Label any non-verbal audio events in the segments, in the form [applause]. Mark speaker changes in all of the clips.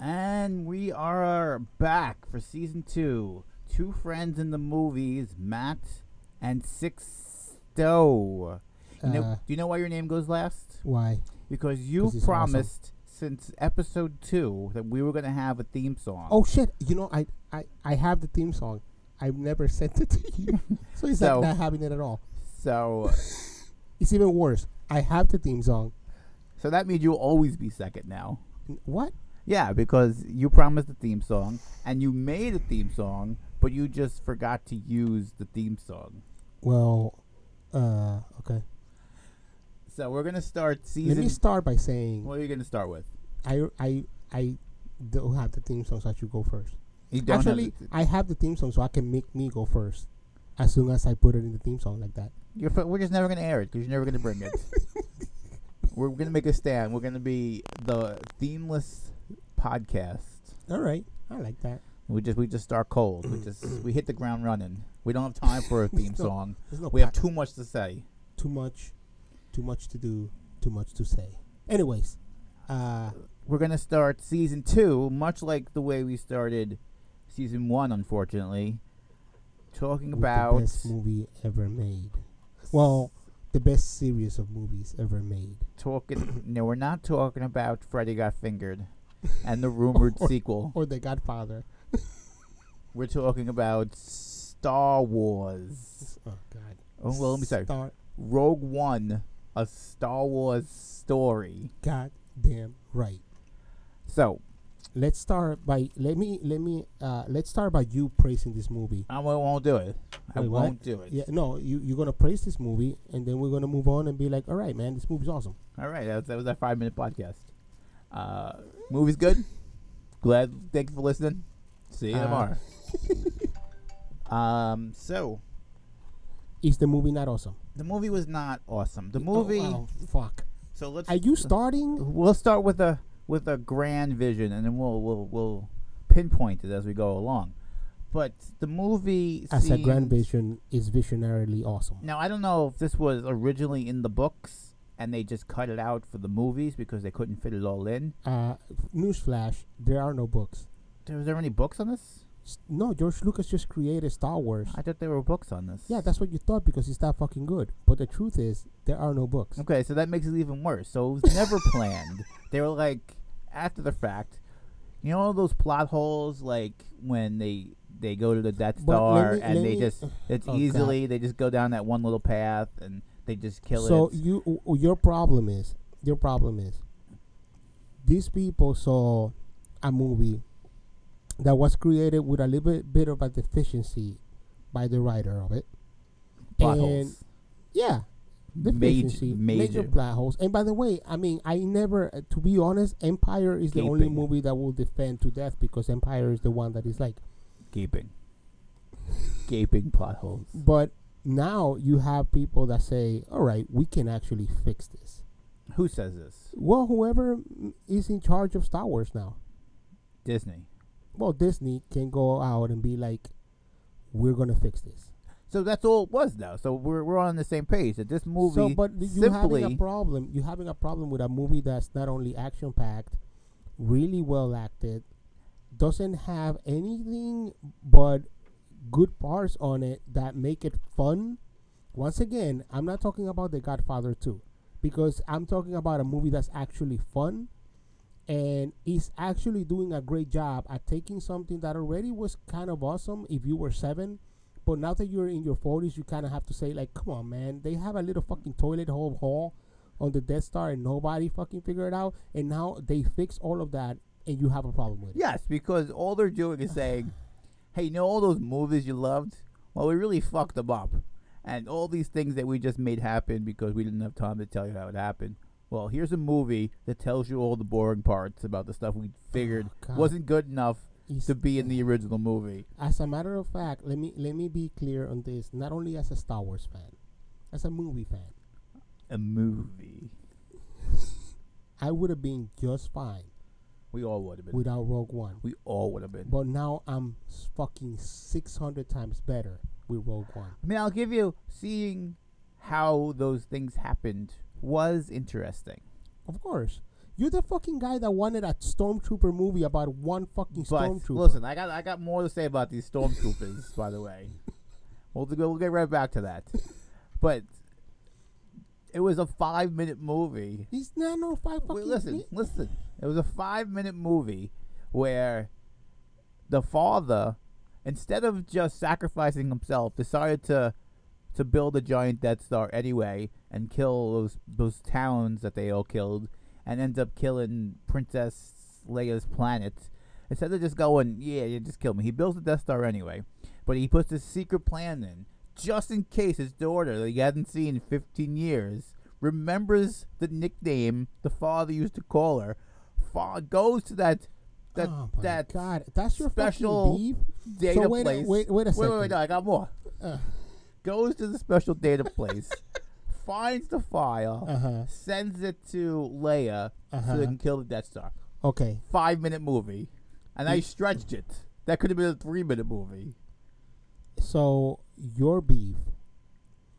Speaker 1: And we are back for season two. Two friends in the movies, Matt and Sixto. You know,
Speaker 2: Uh,
Speaker 1: do you know why your name goes last?
Speaker 2: Why?
Speaker 1: Because you
Speaker 2: 'Cause he's awesome.
Speaker 1: promised since episode two that we were going to have a theme song.
Speaker 2: Oh shit! You know, I, I, I have the theme song. I've never sent it to
Speaker 1: [laughs]
Speaker 2: you, so it's
Speaker 1: So-
Speaker 2: not, not having it at all.
Speaker 1: So,
Speaker 2: It's even worse. I have the theme song.
Speaker 1: so that means you'll always be second now.
Speaker 2: N- What?
Speaker 1: Yeah, because you promised a theme song and you made a theme song, but you just forgot to use the theme song.
Speaker 2: Well, uh, okay.
Speaker 1: So we're gonna start
Speaker 2: Let
Speaker 1: season.
Speaker 2: me start by saying
Speaker 1: what are you gonna start with?
Speaker 2: I, I, I don't have the theme song, so I should go first.
Speaker 1: You don't have
Speaker 2: Actually,
Speaker 1: the-
Speaker 2: I have the theme song, so I can make me go first. As soon as I put it in the theme song like that.
Speaker 1: you're, fi- we're just never gonna air it because you're never gonna bring
Speaker 2: [laughs]
Speaker 1: it. we're gonna make a stand. We're gonna be the themeless podcast.
Speaker 2: All right, I like that.
Speaker 1: We just we just start cold. We just we hit the ground running. We don't have time
Speaker 2: [laughs]
Speaker 1: for a theme
Speaker 2: No.
Speaker 1: song.
Speaker 2: There's no
Speaker 1: We have
Speaker 2: pattern.
Speaker 1: too much to say.
Speaker 2: too much, too much to do, too much to say. Anyways, uh,
Speaker 1: we're gonna start season two, much like the way we started season one, unfortunately. Talking
Speaker 2: with
Speaker 1: about
Speaker 2: the best movie ever made. Well, the best series of movies ever made.
Speaker 1: talking no, we're not talking about Freddy Got
Speaker 2: [laughs]
Speaker 1: Fingered and the rumored sequel.
Speaker 2: Or The Godfather.
Speaker 1: We're talking about Star Wars.
Speaker 2: Oh God.
Speaker 1: Oh well let me say
Speaker 2: Star
Speaker 1: Rogue One, a Star Wars story.
Speaker 2: God damn right.
Speaker 1: So
Speaker 2: Let's start by let me let me uh let's start by you praising this movie.
Speaker 1: I won't won't do it. I
Speaker 2: Wait, what?
Speaker 1: won't do it.
Speaker 2: Yeah, no, you you're gonna praise this movie, and then we're gonna move on and be like, all right, man, this movie's awesome.
Speaker 1: All right, that was, that was our five minute podcast. Uh, movie's good. Glad, thank you for listening. See you
Speaker 2: Uh, [laughs]
Speaker 1: tomorrow. um, so
Speaker 2: Is the movie not awesome?
Speaker 1: the movie was not awesome. The
Speaker 2: Oh,
Speaker 1: movie.
Speaker 2: wow, fuck.
Speaker 1: So let's.
Speaker 2: Are [laughs] you starting?
Speaker 1: We'll start with a with a grand vision, and then we'll we'll we'll pinpoint it as we go along. But the movie
Speaker 2: As a
Speaker 1: seemed-
Speaker 2: grand vision is visionarily awesome.
Speaker 1: Now I don't know if this was originally in the books and they just cut it out for the movies because they couldn't fit it all in.
Speaker 2: Uh, newsflash: there are no books.
Speaker 1: There- Was there any books on this?
Speaker 2: S- No, George Lucas just created Star Wars.
Speaker 1: I thought there were books on this.
Speaker 2: yeah, that's what you thought because it's that fucking good. But the truth is, there are no books.
Speaker 1: okay. So that makes it even worse. So it was
Speaker 2: [laughs]
Speaker 1: never planned. They were like after the fact. You know all those plot holes, like when they they go to the Death
Speaker 2: But let
Speaker 1: Star
Speaker 2: me-
Speaker 1: and
Speaker 2: let
Speaker 1: they
Speaker 2: me-
Speaker 1: just it's
Speaker 2: Oh, God.
Speaker 1: easily they just go down that one little path and they just kill
Speaker 2: so
Speaker 1: it.
Speaker 2: you, w- w- your problem is, your problem is, these people saw a movie that was created with a little bit, bit of a deficiency by the writer of it.
Speaker 1: plot
Speaker 2: and-
Speaker 1: holes.
Speaker 2: Yeah,
Speaker 1: Major,
Speaker 2: deficiency,
Speaker 1: major.
Speaker 2: plot holes. And by the way, I mean, I never, uh, to be honest, Empire is the only
Speaker 1: Gaping.
Speaker 2: movie that will defend to death because Empire is the one that is like.
Speaker 1: gaping, gaping plot holes.
Speaker 2: But now you have people that say, "All right, we can actually fix this."
Speaker 1: Who says this?
Speaker 2: Well, whoever mm, is in charge of Star Wars now,
Speaker 1: Disney.
Speaker 2: well, Disney can go out and be like, "We're gonna fix this."
Speaker 1: So that's all it was though. So we're we're on the same page that this movie
Speaker 2: so, but you
Speaker 1: simply
Speaker 2: having a problem. You having a problem with a movie that's not only action packed, really well acted, doesn't have anything but good parts on it that make it fun. Once again, I'm not talking about The Godfather 2 because I'm talking about a movie that's actually fun and is actually doing a great job at taking something that already was kind of awesome if you were 7 but now that you're in your 40s, you kind of have to say, like, come on, man. They have a little fucking toilet hole hall on the Death Star and nobody fucking figured it out. And now they fix all of that and you have a problem with it.
Speaker 1: Yes, because all they're doing is saying, "Hey, you know all those movies you loved? Well, we really fucked them up, and all these things that we just made happen because we didn't have time to tell you how it happened." Well, here's a movie that tells you all the boring parts about the stuff we figured
Speaker 2: Oh, God.
Speaker 1: wasn't good enough
Speaker 2: It's-
Speaker 1: to be in the original movie.
Speaker 2: As a matter of fact, let me let me be clear on this. Not only as a Star Wars fan, as a movie fan,
Speaker 1: A movie.
Speaker 2: I would have been just fine
Speaker 1: We all would have been.
Speaker 2: without Rogue One.
Speaker 1: We all would have been.
Speaker 2: But now I'm s- fucking 600 times better with Rogue One.
Speaker 1: I mean, I'll give you seeing how those things happened was interesting.
Speaker 2: Of course, You're the fucking guy that wanted a stormtrooper movie about one fucking
Speaker 1: But
Speaker 2: stormtrooper.
Speaker 1: listen, I got I got more to say about these stormtroopers, by the way. We'll go- we'll get right back to that. But it was a five minute movie.
Speaker 2: He's not no five fucking.
Speaker 1: Wait, listen,
Speaker 2: mi-
Speaker 1: listen. It was a five minute movie where the father, instead of just sacrificing himself, decided to to build a giant Death Star anyway and kill those those towns that they all killed, and ends up killing Princess Leia's planet. Instead of just going, yeah, yeah, just kill me. He builds the Death Star anyway, but he puts this secret plan in just in case his daughter, that he hasn't seen in 15 years, remembers the nickname the father used to call her. Fa- goes to that that
Speaker 2: oh my
Speaker 1: that
Speaker 2: God, that's your
Speaker 1: special
Speaker 2: fucking beef.
Speaker 1: data
Speaker 2: So wait a-
Speaker 1: place.
Speaker 2: wait- wait a
Speaker 1: Wait, wait,
Speaker 2: second.
Speaker 1: no, I got more.
Speaker 2: Uh.
Speaker 1: Goes to the special data
Speaker 2: [laughs]
Speaker 1: place, finds the file,
Speaker 2: Uh-huh.
Speaker 1: sends it to Leia so
Speaker 2: Uh-huh.
Speaker 1: they can kill the Death Star.
Speaker 2: Okay,
Speaker 1: Five minute movie, and I stretched it. That could have been a three minute movie.
Speaker 2: so your beef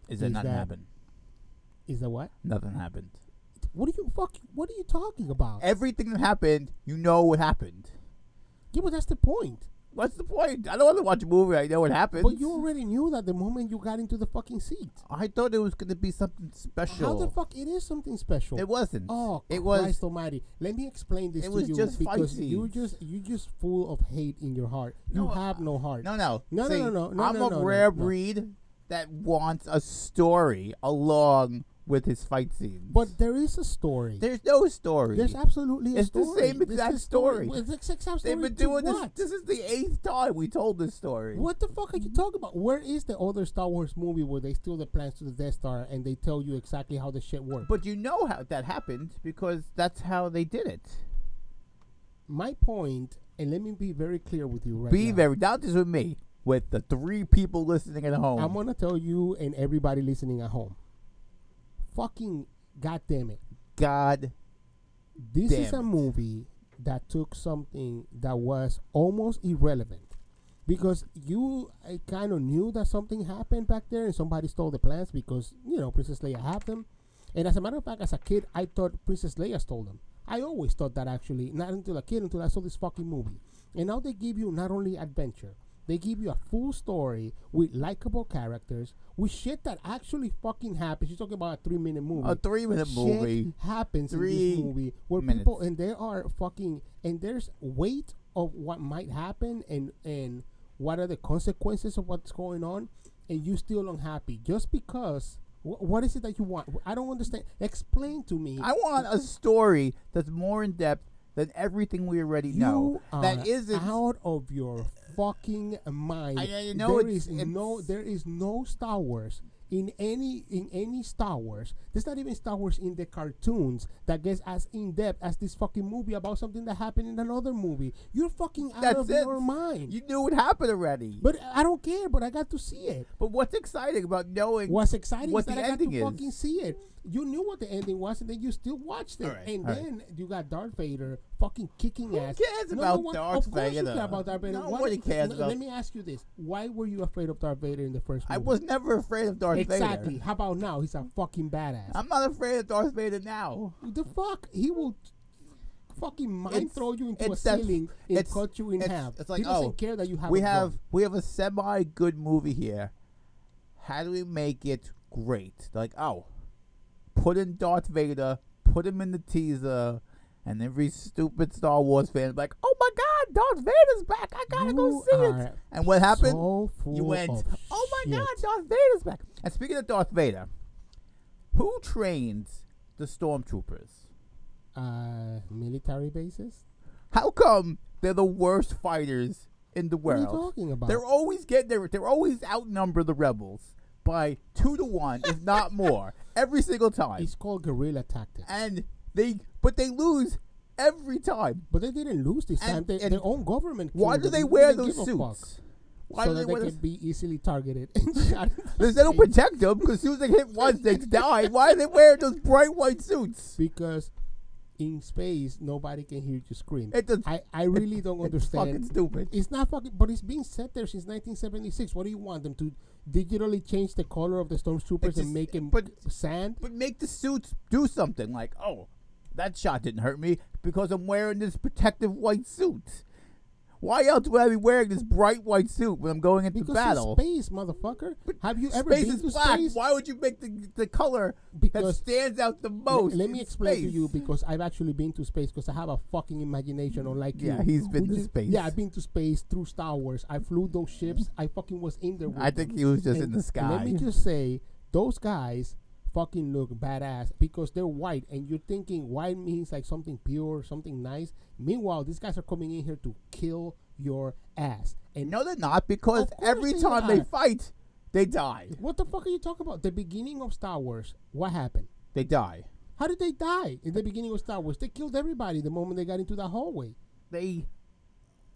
Speaker 1: Is that
Speaker 2: Is
Speaker 1: not
Speaker 2: that-
Speaker 1: happened?
Speaker 2: is the what?
Speaker 1: Nothing happened.
Speaker 2: What are you fuck? What are you talking about?
Speaker 1: Everything that happened, you know what happened.
Speaker 2: yeah, but that's the point.
Speaker 1: What's the point? I don't want to watch a movie. I know what happened.
Speaker 2: But you already knew that the moment you got into the fucking seat.
Speaker 1: I thought it was going to be something special.
Speaker 2: How the fuck it is something special?
Speaker 1: It wasn't.
Speaker 2: Oh,
Speaker 1: it
Speaker 2: Christ
Speaker 1: was.
Speaker 2: Almighty! Let me explain this
Speaker 1: It
Speaker 2: to
Speaker 1: was
Speaker 2: you
Speaker 1: just fight
Speaker 2: because you
Speaker 1: scenes.
Speaker 2: just you just full of hate in your heart. You
Speaker 1: No, uh,
Speaker 2: have no heart.
Speaker 1: No, no,
Speaker 2: No, no,
Speaker 1: See,
Speaker 2: no, no, no,
Speaker 1: I'm
Speaker 2: no,
Speaker 1: a
Speaker 2: no, no,
Speaker 1: rare
Speaker 2: no.
Speaker 1: breed that wants a story along with his fight scenes.
Speaker 2: But there is a story.
Speaker 1: there's no story.
Speaker 2: There's absolutely a
Speaker 1: It's the
Speaker 2: story.
Speaker 1: same
Speaker 2: This is
Speaker 1: exact
Speaker 2: the
Speaker 1: story.
Speaker 2: Well, It's the exact same story.
Speaker 1: They've been
Speaker 2: to
Speaker 1: doing this.
Speaker 2: what?
Speaker 1: This is the eighth time we told this story.
Speaker 2: What the fuck are you talking about? Where is the other Star Wars movie where they steal the plans to the Death Star and they tell you exactly how the shit works?
Speaker 1: But you know how that happened because that's how they did it.
Speaker 2: My point, and let me be very clear with you right
Speaker 1: Be
Speaker 2: now.
Speaker 1: very not just with me, with the three people listening at home.
Speaker 2: I'm gonna tell you and everybody listening at home. Fucking goddamn it!
Speaker 1: God
Speaker 2: This is
Speaker 1: Damn
Speaker 2: a
Speaker 1: it.
Speaker 2: movie that took something that was almost irrelevant because you I kind of knew that something happened back there and somebody stole the plans because you know Princess Leia had them. And as a matter of fact, as a kid, I thought Princess Leia stole them. I always thought that actually, not until a kid, until I saw this fucking movie. And now they give you not only adventure, they give you a full story with likable characters, with shit that actually fucking happens. You're talking about a three minute movie
Speaker 1: a three minute
Speaker 2: shit
Speaker 1: movie.
Speaker 2: happens in
Speaker 1: Three
Speaker 2: this movie where
Speaker 1: minutes.
Speaker 2: people and there are fucking and there's weight of what might happen and and what are the consequences of what's going on and you still unhappy just because wh- what is it that you want i don't understand explain to me
Speaker 1: I want a story that's more in depth than everything we already
Speaker 2: you
Speaker 1: know.
Speaker 2: are
Speaker 1: That isn't.
Speaker 2: out of your fucking mind.
Speaker 1: I- I know
Speaker 2: there
Speaker 1: it's-
Speaker 2: is no
Speaker 1: it's-
Speaker 2: there is no Star Wars in any in any Star Wars. There's not even Star Wars in the cartoons that gets as in depth as this fucking movie about something that happened in another movie. You're fucking out
Speaker 1: that's
Speaker 2: of
Speaker 1: it.
Speaker 2: your mind.
Speaker 1: You knew what happened already. But,
Speaker 2: but I don't care. But I got to see it.
Speaker 1: what's exciting about knowing?
Speaker 2: What's exciting
Speaker 1: what
Speaker 2: is that
Speaker 1: the
Speaker 2: I got to
Speaker 1: ending is.
Speaker 2: fucking see it. You knew what the ending was, and then you still watched it.
Speaker 1: All right,
Speaker 2: and
Speaker 1: all right.
Speaker 2: then you got Darth Vader fucking kicking
Speaker 1: Who
Speaker 2: ass.
Speaker 1: cares
Speaker 2: Number
Speaker 1: about
Speaker 2: one-
Speaker 1: Darth
Speaker 2: of course You
Speaker 1: Vader?
Speaker 2: care about Darth Vader. Why
Speaker 1: Nobody
Speaker 2: did-
Speaker 1: cares
Speaker 2: le-
Speaker 1: about-
Speaker 2: Let me ask you this: Why were you afraid of Darth Vader in the first
Speaker 1: I
Speaker 2: movie?
Speaker 1: was never afraid of Darth
Speaker 2: exactly.
Speaker 1: Vader.
Speaker 2: How about now? He's a fucking badass.
Speaker 1: I'm not afraid of Darth Vader now.
Speaker 2: the fuck? He will fucking mind
Speaker 1: It's-
Speaker 2: throw you into a
Speaker 1: it's that-
Speaker 2: ceiling and
Speaker 1: it's-
Speaker 2: cut you in
Speaker 1: it's-
Speaker 2: half.
Speaker 1: it's like,
Speaker 2: he doesn't
Speaker 1: oh,
Speaker 2: care that you have.
Speaker 1: we
Speaker 2: a gun.
Speaker 1: have we have a semi good movie here. How do we make it great? Like, oh, put in Darth Vader, put him in the teaser, and every stupid Star Wars fan is like, oh my God, Darth Vader's back! I gotta
Speaker 2: You
Speaker 1: go see it.
Speaker 2: are
Speaker 1: And what happened?
Speaker 2: so
Speaker 1: you
Speaker 2: full
Speaker 1: went,
Speaker 2: of
Speaker 1: oh my
Speaker 2: shit.
Speaker 1: God, Darth Vader's back! And speaking of Darth Vader, who trains the stormtroopers?
Speaker 2: Uh, military bases.
Speaker 1: How come they're the worst fighters in the
Speaker 2: What are
Speaker 1: world?
Speaker 2: you talking about?
Speaker 1: They're always getting there. They're always outnumber the rebels by two to one, if
Speaker 2: [laughs]
Speaker 1: not more, every single time.
Speaker 2: It's called guerrilla tactics.
Speaker 1: And they, but they lose every time.
Speaker 2: But they didn't lose this time.
Speaker 1: And-
Speaker 2: They,
Speaker 1: and
Speaker 2: their own government.
Speaker 1: Why
Speaker 2: killed
Speaker 1: do
Speaker 2: them.
Speaker 1: they
Speaker 2: They
Speaker 1: wear
Speaker 2: didn't
Speaker 1: those
Speaker 2: give a fuck.
Speaker 1: suits? Why
Speaker 2: so
Speaker 1: do they
Speaker 2: that they
Speaker 1: wear
Speaker 2: can
Speaker 1: those?
Speaker 2: be
Speaker 1: [laughs]
Speaker 2: easily targeted [laughs] and shot.
Speaker 1: They don't protect them because as soon as they hit once,
Speaker 2: [laughs]
Speaker 1: they die. Why are they wearing those bright white suits?
Speaker 2: because in space nobody can hear you scream.
Speaker 1: It does-
Speaker 2: I,
Speaker 1: [laughs]
Speaker 2: I really don't
Speaker 1: It's
Speaker 2: understand.
Speaker 1: fucking stupid.
Speaker 2: It's not fucking, but it's been set there since 1976. What do you want them to digitally change the color of the stormtroopers
Speaker 1: just-
Speaker 2: and make them
Speaker 1: but-
Speaker 2: sand?
Speaker 1: But make the suits do something. Like, oh, That shot didn't hurt me because I'm wearing this protective white suit. Why else would I be wearing this bright white suit when I'm going into
Speaker 2: Because it's
Speaker 1: battle?
Speaker 2: space, motherfucker. Have you ever
Speaker 1: Space
Speaker 2: been
Speaker 1: is
Speaker 2: to
Speaker 1: black.
Speaker 2: space?
Speaker 1: Why would you make the, the color that
Speaker 2: Because-
Speaker 1: stands out the
Speaker 2: Le-
Speaker 1: most?
Speaker 2: Let
Speaker 1: in
Speaker 2: me explain to
Speaker 1: space?
Speaker 2: you because I've actually been to space because I have a fucking imagination, unlike you.
Speaker 1: Yeah, he's been
Speaker 2: who
Speaker 1: to
Speaker 2: just-
Speaker 1: space.
Speaker 2: Yeah, I've been to space through Star Wars. I flew those ships. I fucking was in there. With
Speaker 1: I think he was just
Speaker 2: And
Speaker 1: in the sky.
Speaker 2: Let me just say, those guys fucking look badass because they're white, and you're thinking white means like something pure, something nice. Meanwhile, these guys are coming in here to kill your ass. And
Speaker 1: No, they're not because
Speaker 2: Of course
Speaker 1: every
Speaker 2: they
Speaker 1: time they
Speaker 2: are.
Speaker 1: fight, they die.
Speaker 2: what the fuck are you talking about? The beginning of Star Wars. What happened?
Speaker 1: They die.
Speaker 2: How did they die in the beginning of Star Wars? They killed everybody the moment they got into that hallway.
Speaker 1: They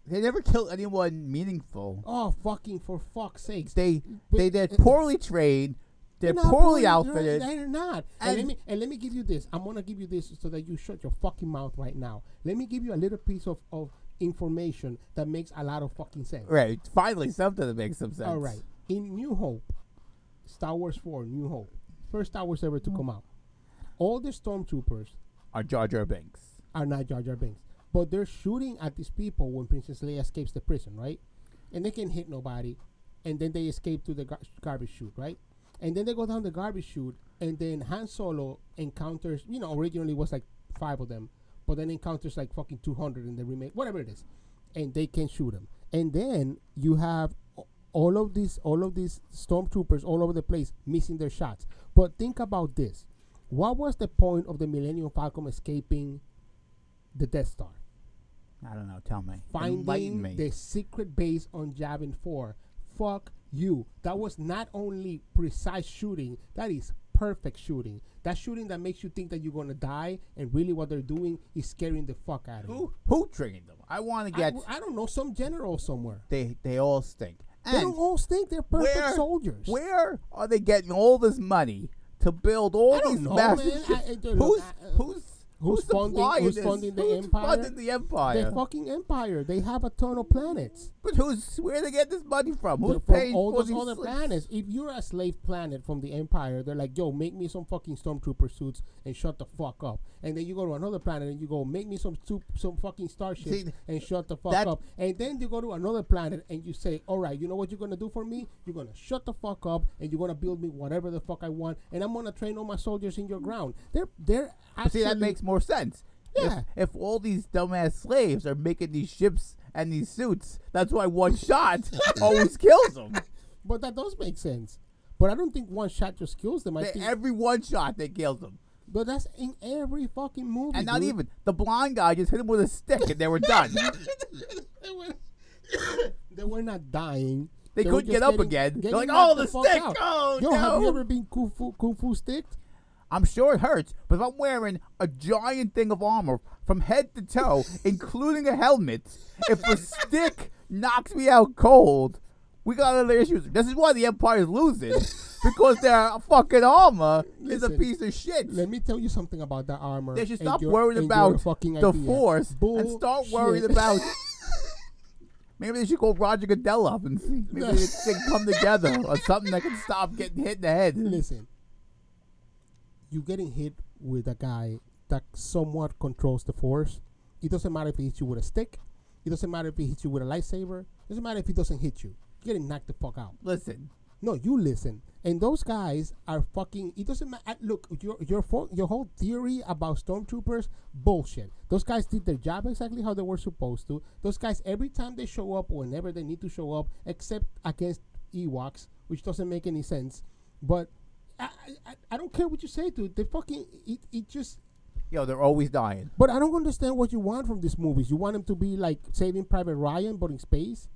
Speaker 1: they never kill anyone meaningful.
Speaker 2: Oh fucking for fuck's sakes!
Speaker 1: They
Speaker 2: But-
Speaker 1: they they're
Speaker 2: uh,
Speaker 1: poorly trained. They're
Speaker 2: not
Speaker 1: poorly
Speaker 2: bullying-
Speaker 1: outfitted.
Speaker 2: They're, they're not. And,
Speaker 1: And-
Speaker 2: let me and let me give you this. I'm gonna give you this so that you shut your fucking mouth right now. Let me give you a little piece of, of information that makes a lot of fucking sense.
Speaker 1: Right. Finally, something that makes some sense.
Speaker 2: All right. In New Hope, Star Wars 4, New Hope, first Star Wars ever to come out. All the stormtroopers
Speaker 1: Are Jar Jar Binks?
Speaker 2: are not Jar Jar Binks, but they're shooting at these people when Princess Leia escapes the prison, right? And they can hit nobody, and then they escape to the gar- garbage chute, right? And then they go down the garbage chute, and then Han Solo encounters, you know, originally it was like five of them, but then encounters like fucking 200 in the remake, whatever it is, and they can shoot him. And then you have a- all of these, all of these stormtroopers all over the place missing their shots. But think about this: what was the point of the Millennium Falcon escaping the Death Star,
Speaker 1: I don't know. Tell me. Enlighten
Speaker 2: finding
Speaker 1: me.
Speaker 2: the secret base on Javin 4. Fuck you. That was not only precise shooting, that is perfect shooting. That shooting that makes you think that you're gonna die, and really what they're doing is scaring the fuck out of you.
Speaker 1: who who trained them? I want to
Speaker 2: I,
Speaker 1: get.
Speaker 2: I don't know, some general somewhere.
Speaker 1: they they all stink.
Speaker 2: they
Speaker 1: And
Speaker 2: don't all think they're perfect
Speaker 1: where-
Speaker 2: soldiers.
Speaker 1: Where are they getting all this money to build all
Speaker 2: I don't
Speaker 1: these
Speaker 2: know,
Speaker 1: massive
Speaker 2: man.
Speaker 1: ships?
Speaker 2: I- I don't know.
Speaker 1: who's,
Speaker 2: I- I-
Speaker 1: who's
Speaker 2: who's funding-
Speaker 1: supplying
Speaker 2: who's
Speaker 1: this?
Speaker 2: funding the
Speaker 1: Who's
Speaker 2: empire?
Speaker 1: funding the empire?
Speaker 2: The fucking empire. They have a ton of planets.
Speaker 1: But who's where they get this money from? Who's
Speaker 2: They're from
Speaker 1: paying
Speaker 2: all
Speaker 1: for
Speaker 2: those
Speaker 1: these
Speaker 2: other
Speaker 1: slaves?
Speaker 2: planets? If you're a slave planet from the Empire, they're like, "Yo, make me some fucking stormtrooper suits and shut the fuck up." And then you go to another planet and you go, "Make me some stu- some fucking starships
Speaker 1: See,
Speaker 2: and shut the fuck
Speaker 1: that-
Speaker 2: up." And then you go to another planet and you say, "All right, you know what you're gonna do for me? You're gonna shut the fuck up and you're gonna build me whatever the fuck I want, and I'm gonna train all my soldiers in your ground." They're they're
Speaker 1: But
Speaker 2: actually
Speaker 1: See, that makes more sense. If-
Speaker 2: Yeah.
Speaker 1: If, all these dumbass slaves are making these ships and these suits, that's why one shot
Speaker 2: [laughs]
Speaker 1: always kills them.
Speaker 2: but that does make sense. But I don't think one shot just kills them. I
Speaker 1: They,
Speaker 2: think,
Speaker 1: every one shot they kills them.
Speaker 2: but that's in every fucking movie.
Speaker 1: And not
Speaker 2: dude.
Speaker 1: even the blind guy just hit him with a stick and they were
Speaker 2: [laughs]
Speaker 1: done.
Speaker 2: they, were, they were [coughs] not dying.
Speaker 1: They
Speaker 2: were
Speaker 1: couldn't
Speaker 2: just
Speaker 1: get up
Speaker 2: getting-
Speaker 1: again. They're
Speaker 2: getting
Speaker 1: like,
Speaker 2: knocked
Speaker 1: "Oh, the
Speaker 2: fuck
Speaker 1: stick!
Speaker 2: out."
Speaker 1: Oh,
Speaker 2: Yo, have
Speaker 1: no."
Speaker 2: you ever been kung fu, kung fu sticked?
Speaker 1: I'm sure it hurts, but if I'm wearing a giant thing of armor from head to
Speaker 2: [laughs]
Speaker 1: toe, including a helmet, if a stick knocks me out cold, we got other issues. This is why the Empire is
Speaker 2: [laughs]
Speaker 1: losing because their fucking armor is a
Speaker 2: Listen,
Speaker 1: piece of shit.
Speaker 2: Let me tell you something about that armor.
Speaker 1: They should
Speaker 2: and
Speaker 1: stop
Speaker 2: your-
Speaker 1: worrying
Speaker 2: and your
Speaker 1: about
Speaker 2: fucking
Speaker 1: the
Speaker 2: idea.
Speaker 1: force and start worrying
Speaker 2: Bullshit.
Speaker 1: about. Maybe they should call Roger Goodell up and see. Maybe they
Speaker 2: [laughs]
Speaker 1: can come together or something that can stop getting hit in the head.
Speaker 2: [laughs] Listen, you getting hit with a guy that somewhat controls the force. It doesn't matter if he hits you with a stick. It doesn't matter if he hits you with a lightsaber. It doesn't matter if he doesn't hit you. You're getting knocked the fuck out.
Speaker 1: Listen,
Speaker 2: No, you listen. And those guys are fucking. It doesn't matter. Look, your your fo- your whole theory about stormtroopers bullshit. Those guys did their job exactly how they were supposed to. Those guys every time they show up, whenever they need to show up, except against Ewoks, which doesn't make any sense. But I I, I- I don't care what you say, dude. They fucking it, it just.
Speaker 1: yo, they're always dying.
Speaker 2: But I don't understand what you want from these movies. You want them to be like Saving Private Ryan, but in space.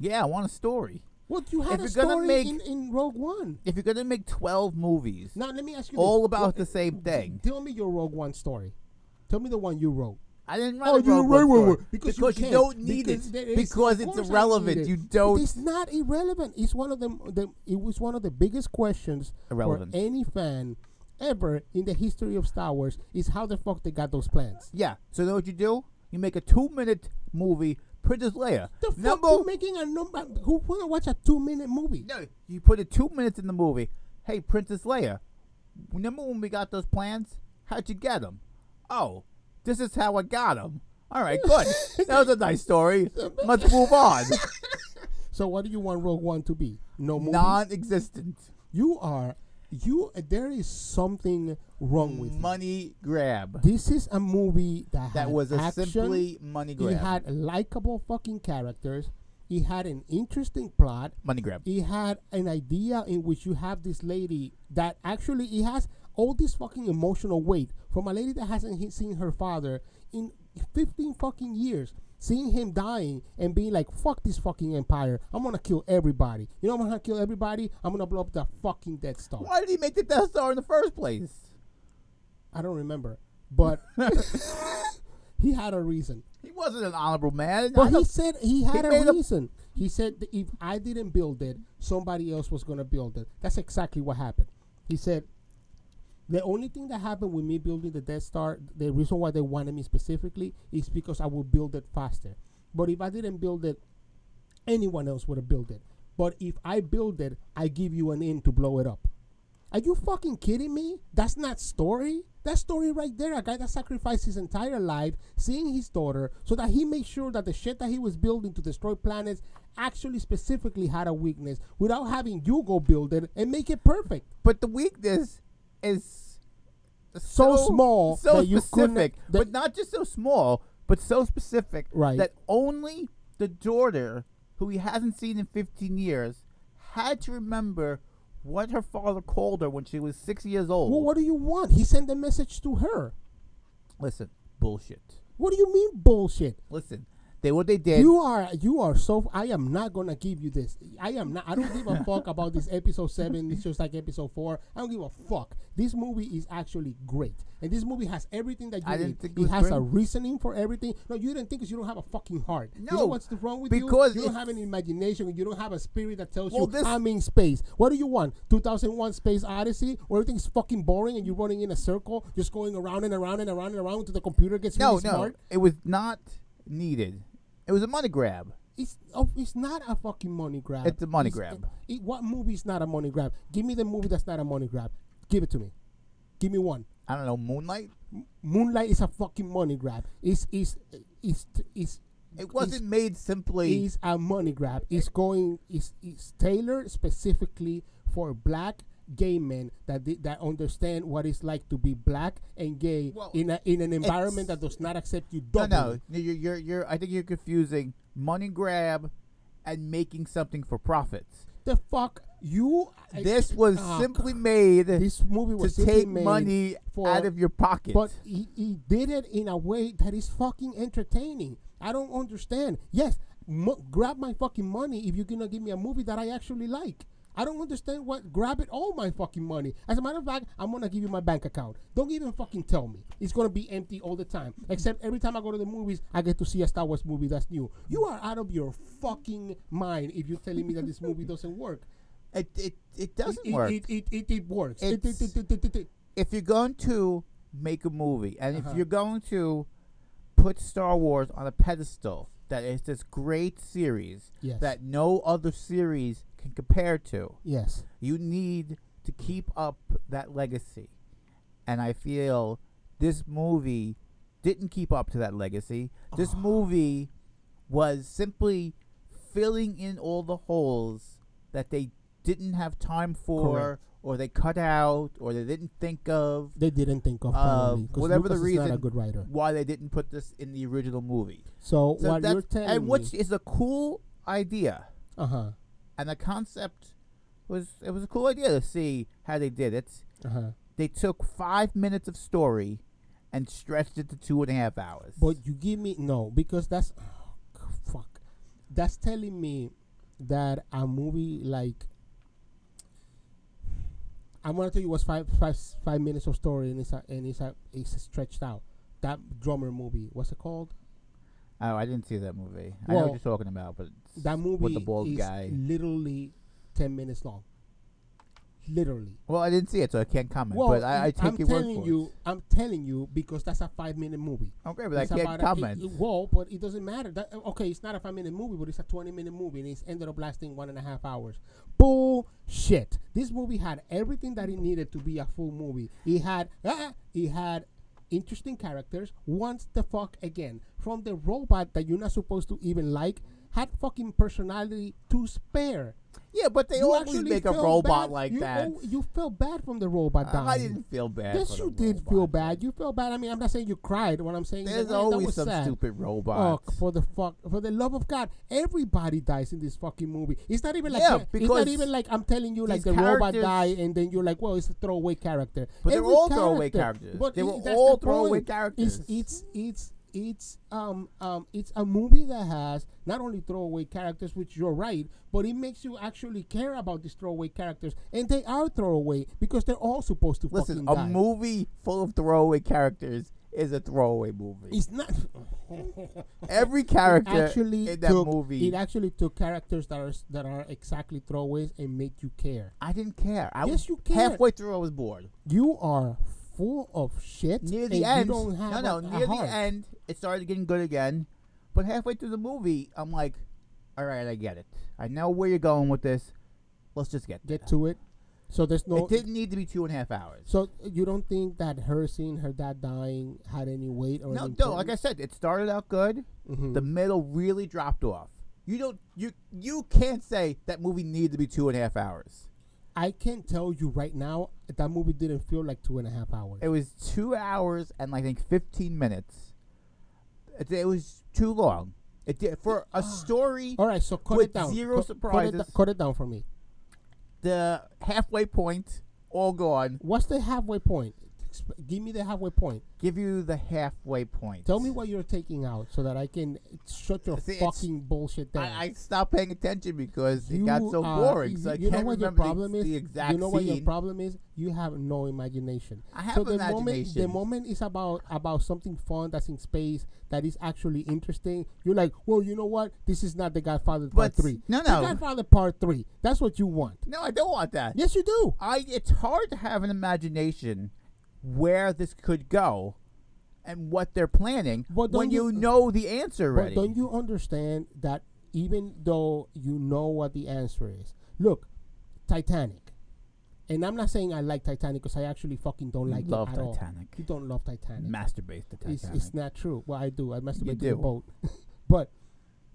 Speaker 1: Yeah, I want a story.
Speaker 2: What you had
Speaker 1: If
Speaker 2: a
Speaker 1: you're gonna
Speaker 2: story
Speaker 1: make-
Speaker 2: in, in Rogue One.
Speaker 1: if you're gonna make twelve movies,
Speaker 2: Now let me ask you this.
Speaker 1: all
Speaker 2: What-
Speaker 1: about the same thing,
Speaker 2: Tell me your Rogue One story. Tell me the one you wrote.
Speaker 1: I didn't write
Speaker 2: Oh,
Speaker 1: a
Speaker 2: you didn't
Speaker 1: Rogue
Speaker 2: write
Speaker 1: One
Speaker 2: one,
Speaker 1: story
Speaker 2: one, because you
Speaker 1: because you,
Speaker 2: can't.
Speaker 1: don't need
Speaker 2: Because there
Speaker 1: it
Speaker 2: is-
Speaker 1: because
Speaker 2: of
Speaker 1: it's
Speaker 2: course I
Speaker 1: irrelevant.
Speaker 2: need it.
Speaker 1: You don't.
Speaker 2: It's not irrelevant. It's one of them. The, it was one of the biggest questions
Speaker 1: Irrelevant.
Speaker 2: for any fan ever in the history of Star Wars. Is how the fuck they got those plans?
Speaker 1: yeah. So you know what you do? You make a two-minute movie, Princess Leia.
Speaker 2: The fuck
Speaker 1: number
Speaker 2: you making a number? Who wanna watch a two minute movie?
Speaker 1: no, you put it two minutes in the movie. Hey, Princess Leia. Remember when we got those plans? How'd you get them? oh, this is how I got him. All right,
Speaker 2: [laughs]
Speaker 1: good. that was a nice story. Let's move on.
Speaker 2: So what do you want Rogue One to be? No movie.
Speaker 1: Non-existent.
Speaker 2: you are you. There is something wrong with you.
Speaker 1: Money grab.
Speaker 2: This is a movie that
Speaker 1: That
Speaker 2: had
Speaker 1: was a
Speaker 2: action.
Speaker 1: simply money
Speaker 2: It
Speaker 1: grab.
Speaker 2: had likable fucking characters. It had an interesting plot.
Speaker 1: money grab.
Speaker 2: It had an idea in which you have this lady that actually it has all this fucking emotional weight from a lady that hasn't he- seen her father in 15 fucking years, seeing him dying and being like, "Fuck this fucking empire! I'm gonna kill everybody. You know I'm gonna kill everybody. I'm gonna blow up the fucking Death Star."
Speaker 1: Why did he make the Death Star in the first place?
Speaker 2: I don't remember, but [laughs] he had a reason.
Speaker 1: He wasn't an honorable man. I
Speaker 2: But he
Speaker 1: don't-
Speaker 2: said he had
Speaker 1: made
Speaker 2: a
Speaker 1: a-
Speaker 2: reason. he said that if I didn't build it, somebody else was going to build it. That's exactly what happened. He said the only thing that happened with me building the Death Star, the reason why they wanted me specifically is because I would build it faster. But if I didn't build it, anyone else would have built it. But if I build it, I give you an in to blow it up. Are you fucking kidding me? That's not story. That story right there, a guy that sacrificed his entire life seeing his daughter so that he made sure that the shit that he was building to destroy planets actually specifically had a weakness without having you go build it and make it perfect.
Speaker 1: but the weakness is
Speaker 2: So small
Speaker 1: so
Speaker 2: that you couldn't-
Speaker 1: specific.
Speaker 2: that-
Speaker 1: but not just so small, but so specific
Speaker 2: Right.
Speaker 1: that only the daughter, who he hasn't seen in 15 years, had to remember what her father called her when she was six years old.
Speaker 2: Well, what do you want? He sent a message to her.
Speaker 1: Listen, bullshit.
Speaker 2: What do you mean bullshit?
Speaker 1: Listen, they what they did.
Speaker 2: you are you are so I am not gonna give you this. I am not I don't
Speaker 1: [laughs]
Speaker 2: give a fuck about this episode seven, it's just like episode four. I don't give a fuck. This movie is actually great. And this movie has everything that you
Speaker 1: I
Speaker 2: need.
Speaker 1: didn't think it
Speaker 2: it
Speaker 1: was
Speaker 2: has
Speaker 1: great.
Speaker 2: a reasoning for everything. No, you didn't think because you don't have a fucking heart. you
Speaker 1: No,
Speaker 2: know what's wrong with
Speaker 1: because
Speaker 2: you? You
Speaker 1: it's-
Speaker 2: don't have an imagination, you don't have a spirit that tells
Speaker 1: Well,
Speaker 2: you
Speaker 1: this-
Speaker 2: I'm in space. What do you want? 2001 Space Odyssey, where everything's fucking boring and you're running in a circle, just going around and around and around and around until the computer gets
Speaker 1: no,
Speaker 2: really
Speaker 1: no,
Speaker 2: smart.
Speaker 1: it was not needed. It was a money grab.
Speaker 2: It's oh, it's not a fucking money grab.
Speaker 1: It's a money grab.
Speaker 2: It, it- what movie is not a money grab? Give me the movie that's not a money grab. Give it to me. Give me one.
Speaker 1: I don't know, Moonlight.
Speaker 2: Moonlight is a fucking money grab. It's it's it's it's.
Speaker 1: It wasn't made simply.
Speaker 2: Is a money grab. It's going. It's it's tailored specifically for black gay men that they, that understand what it's like to be black and gay
Speaker 1: Well,
Speaker 2: in a, in an environment
Speaker 1: it's-
Speaker 2: that does not accept you.
Speaker 1: No,
Speaker 2: Doubly.
Speaker 1: no, you're, you're, you're. I think you're confusing money grab and making something for profits.
Speaker 2: The fuck you.
Speaker 1: This was
Speaker 2: Ah,
Speaker 1: simply made
Speaker 2: This movie was
Speaker 1: to
Speaker 2: simply
Speaker 1: take
Speaker 2: made
Speaker 1: money
Speaker 2: for-
Speaker 1: out of your pocket.
Speaker 2: But he, he did it in a way that is fucking entertaining. I don't understand. Yes, mo- grab my fucking money if you're gonna give me a movie that I actually like. I don't understand what grab it all my fucking money. As a matter of fact, I'm gonna give you my bank account. Don't even fucking tell me. It's gonna be empty all the time. Except every time I go to the movies, I get to see a Star Wars movie that's new. You are out of your fucking mind if you're telling me that this movie [laughs] doesn't work.
Speaker 1: it, it, it doesn't
Speaker 2: it,
Speaker 1: work.
Speaker 2: It it, it, it works. It-
Speaker 1: It's-
Speaker 2: it- it- it- it- it-
Speaker 1: if you're going to make a movie, and
Speaker 2: Uh-huh.
Speaker 1: if you're going to put Star Wars on a pedestal, that it's this great series
Speaker 2: Yes.
Speaker 1: that no other series can compare to.
Speaker 2: yes.
Speaker 1: You need to keep up that legacy. And I feel this movie didn't keep up to that legacy. This movie was simply filling in all the holes that they didn't have time for
Speaker 2: Correct.
Speaker 1: or they cut out or they didn't think of
Speaker 2: They didn't think of
Speaker 1: uh,
Speaker 2: probably, 'cause
Speaker 1: whatever the
Speaker 2: Lucas is
Speaker 1: reason
Speaker 2: not a good writer.
Speaker 1: why they didn't put this in the original movie.
Speaker 2: So,
Speaker 1: So
Speaker 2: what
Speaker 1: that's
Speaker 2: you're telling
Speaker 1: and which
Speaker 2: me,
Speaker 1: is a cool idea.
Speaker 2: uh huh,
Speaker 1: and the concept was it was a cool idea to see how they did it.
Speaker 2: uh huh.
Speaker 1: They took five minutes of story and stretched it to two and a half hours.
Speaker 2: But you give me no because that's oh, fuck. That's telling me that a movie like I'm gonna tell you what's five five five minutes of story and it's a, and it's a, it's stretched out. That drummer movie, what's it called?
Speaker 1: oh, I didn't see that movie. I know
Speaker 2: Well,
Speaker 1: what you're talking about, but it's
Speaker 2: That movie
Speaker 1: with the bald
Speaker 2: is
Speaker 1: guy.
Speaker 2: literally ten minutes long. Literally.
Speaker 1: Well, I didn't see it, so I can't comment.
Speaker 2: Well,
Speaker 1: but I, I take
Speaker 2: am
Speaker 1: your word
Speaker 2: telling
Speaker 1: for
Speaker 2: you,
Speaker 1: it.
Speaker 2: I'm telling you because that's a five minute movie.
Speaker 1: Okay, but I
Speaker 2: It's
Speaker 1: can't
Speaker 2: about a-
Speaker 1: comment.
Speaker 2: it- it- well, but it doesn't matter. That, uh, okay, it's not a five minute movie, but it's a 20 minute movie, and it's ended up lasting one and a half hours. Bullshit. This movie had everything that uh, it needed to be a full movie. It had, ah, it had interesting characters once the fuck again from the robot that you're not supposed to even like had fucking personality to spare.
Speaker 1: Yeah, but they
Speaker 2: You
Speaker 1: always
Speaker 2: actually
Speaker 1: make a
Speaker 2: feel
Speaker 1: robot
Speaker 2: bad-
Speaker 1: like
Speaker 2: you
Speaker 1: that. Uh,
Speaker 2: al- you felt bad from the robot dying.
Speaker 1: I didn't feel bad.
Speaker 2: Yes,
Speaker 1: for the
Speaker 2: you did
Speaker 1: robot.
Speaker 2: feel bad. You felt bad. I mean, I'm not saying you cried. What I'm saying is
Speaker 1: There's
Speaker 2: that, "Man, that
Speaker 1: always
Speaker 2: was
Speaker 1: some
Speaker 2: sad.
Speaker 1: stupid
Speaker 2: Oh,
Speaker 1: robot.
Speaker 2: for the fuck, for the love of God! Everybody dies in this fucking movie. It's not even like
Speaker 1: Yeah,
Speaker 2: it's
Speaker 1: because
Speaker 2: not even like I'm telling you, like the
Speaker 1: these
Speaker 2: robot
Speaker 1: characters-
Speaker 2: die, and then you're like, well, it's a throwaway character.
Speaker 1: But they're
Speaker 2: Every
Speaker 1: all throwaway
Speaker 2: character-
Speaker 1: characters.
Speaker 2: But
Speaker 1: They
Speaker 2: i-
Speaker 1: were
Speaker 2: that's
Speaker 1: all
Speaker 2: the
Speaker 1: throwaway
Speaker 2: point.
Speaker 1: characters.
Speaker 2: It's it's it's it's um um it's a movie that has not only throwaway characters, which you're right, but it makes you actually care about these throwaway characters, and they are throwaway because they're all supposed to
Speaker 1: Listen,
Speaker 2: fucking
Speaker 1: a
Speaker 2: die.
Speaker 1: movie full of throwaway characters is a throwaway movie.
Speaker 2: It's not.
Speaker 1: Every [laughs] character
Speaker 2: actually
Speaker 1: in that
Speaker 2: took,
Speaker 1: movie,
Speaker 2: It actually took characters that are s- that are exactly throwaways and make you care.
Speaker 1: I didn't care. I was
Speaker 2: Yes, you cared.
Speaker 1: halfway through. I was bored.
Speaker 2: You are full of shit.
Speaker 1: Near
Speaker 2: and
Speaker 1: the end,
Speaker 2: you don't have
Speaker 1: no,
Speaker 2: a-
Speaker 1: no,
Speaker 2: a
Speaker 1: near the
Speaker 2: heart.
Speaker 1: end, it started getting good again. But halfway through the movie, I'm like, all right, I get it. I know where you're going with this. Let's just get
Speaker 2: Get
Speaker 1: there."
Speaker 2: to it. So there's no.
Speaker 1: it didn't need to be two and a half hours.
Speaker 2: So you don't think that her seeing her dad dying had any weight or
Speaker 1: No,
Speaker 2: any
Speaker 1: no. Like I said, it started out good.
Speaker 2: Mhm.
Speaker 1: The middle really dropped off. You don't. You you can't say that movie needed to be two and a half hours.
Speaker 2: I can tell you right now that movie didn't feel like two and a half hours.
Speaker 1: It was two hours and I think fifteen minutes. It, it was too long. It did for
Speaker 2: [gasps]
Speaker 1: a story.
Speaker 2: All right, so cut
Speaker 1: with
Speaker 2: it down.
Speaker 1: zero
Speaker 2: Cut- Cut it,
Speaker 1: surprises.
Speaker 2: do- cut it down for me.
Speaker 1: The halfway point, all gone.
Speaker 2: What's the halfway point? Exp- Give me the halfway point.
Speaker 1: Give you the halfway point.
Speaker 2: Tell me what you're taking out so that I can shut your
Speaker 1: See, it's-
Speaker 2: fucking bullshit down.
Speaker 1: I, I stopped paying attention because
Speaker 2: You
Speaker 1: it got so
Speaker 2: are-
Speaker 1: boring.
Speaker 2: You,
Speaker 1: So I
Speaker 2: you
Speaker 1: can't
Speaker 2: know what your
Speaker 1: remember the-
Speaker 2: problem
Speaker 1: the,
Speaker 2: is.
Speaker 1: exact
Speaker 2: you know what your
Speaker 1: scene.
Speaker 2: problem is. You have no imagination.
Speaker 1: I have
Speaker 2: so the moment the
Speaker 1: imagination.
Speaker 2: moment is about about something fun that's in space that is actually interesting. You're like, well, you know what? This is not the Godfather Part
Speaker 1: But-
Speaker 2: Three.
Speaker 1: no,
Speaker 2: The
Speaker 1: no.
Speaker 2: Godfather Part Three. That's what you want.
Speaker 1: No, I don't want that.
Speaker 2: Yes, you do.
Speaker 1: I it's hard to have an imagination where this could go and what they're planning
Speaker 2: But
Speaker 1: when
Speaker 2: don't
Speaker 1: you,
Speaker 2: you- uh,
Speaker 1: know the answer already.
Speaker 2: But don't you understand that even though you know what the answer is, look, Titanic. And I'm not saying I like Titanic because I actually fucking don't like
Speaker 1: love
Speaker 2: it at all.
Speaker 1: Titanic.
Speaker 2: You don't love Titanic.
Speaker 1: masturbate the Titanic,
Speaker 2: It's, it's not true. Well, I do. I masturbate to the
Speaker 1: do.
Speaker 2: boat. [laughs] but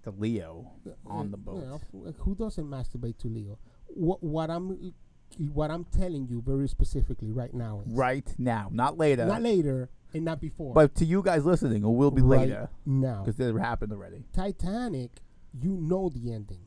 Speaker 1: the Leo on the
Speaker 2: uh,
Speaker 1: boat.
Speaker 2: well, f- who doesn't masturbate to Leo? What, what I'm what I'm telling you very specifically right now is
Speaker 1: Right now, not later.
Speaker 2: not later and not before.
Speaker 1: But to you guys listening, it will be
Speaker 2: right
Speaker 1: later
Speaker 2: now.
Speaker 1: because it happened already.
Speaker 2: Titanic, you know the ending.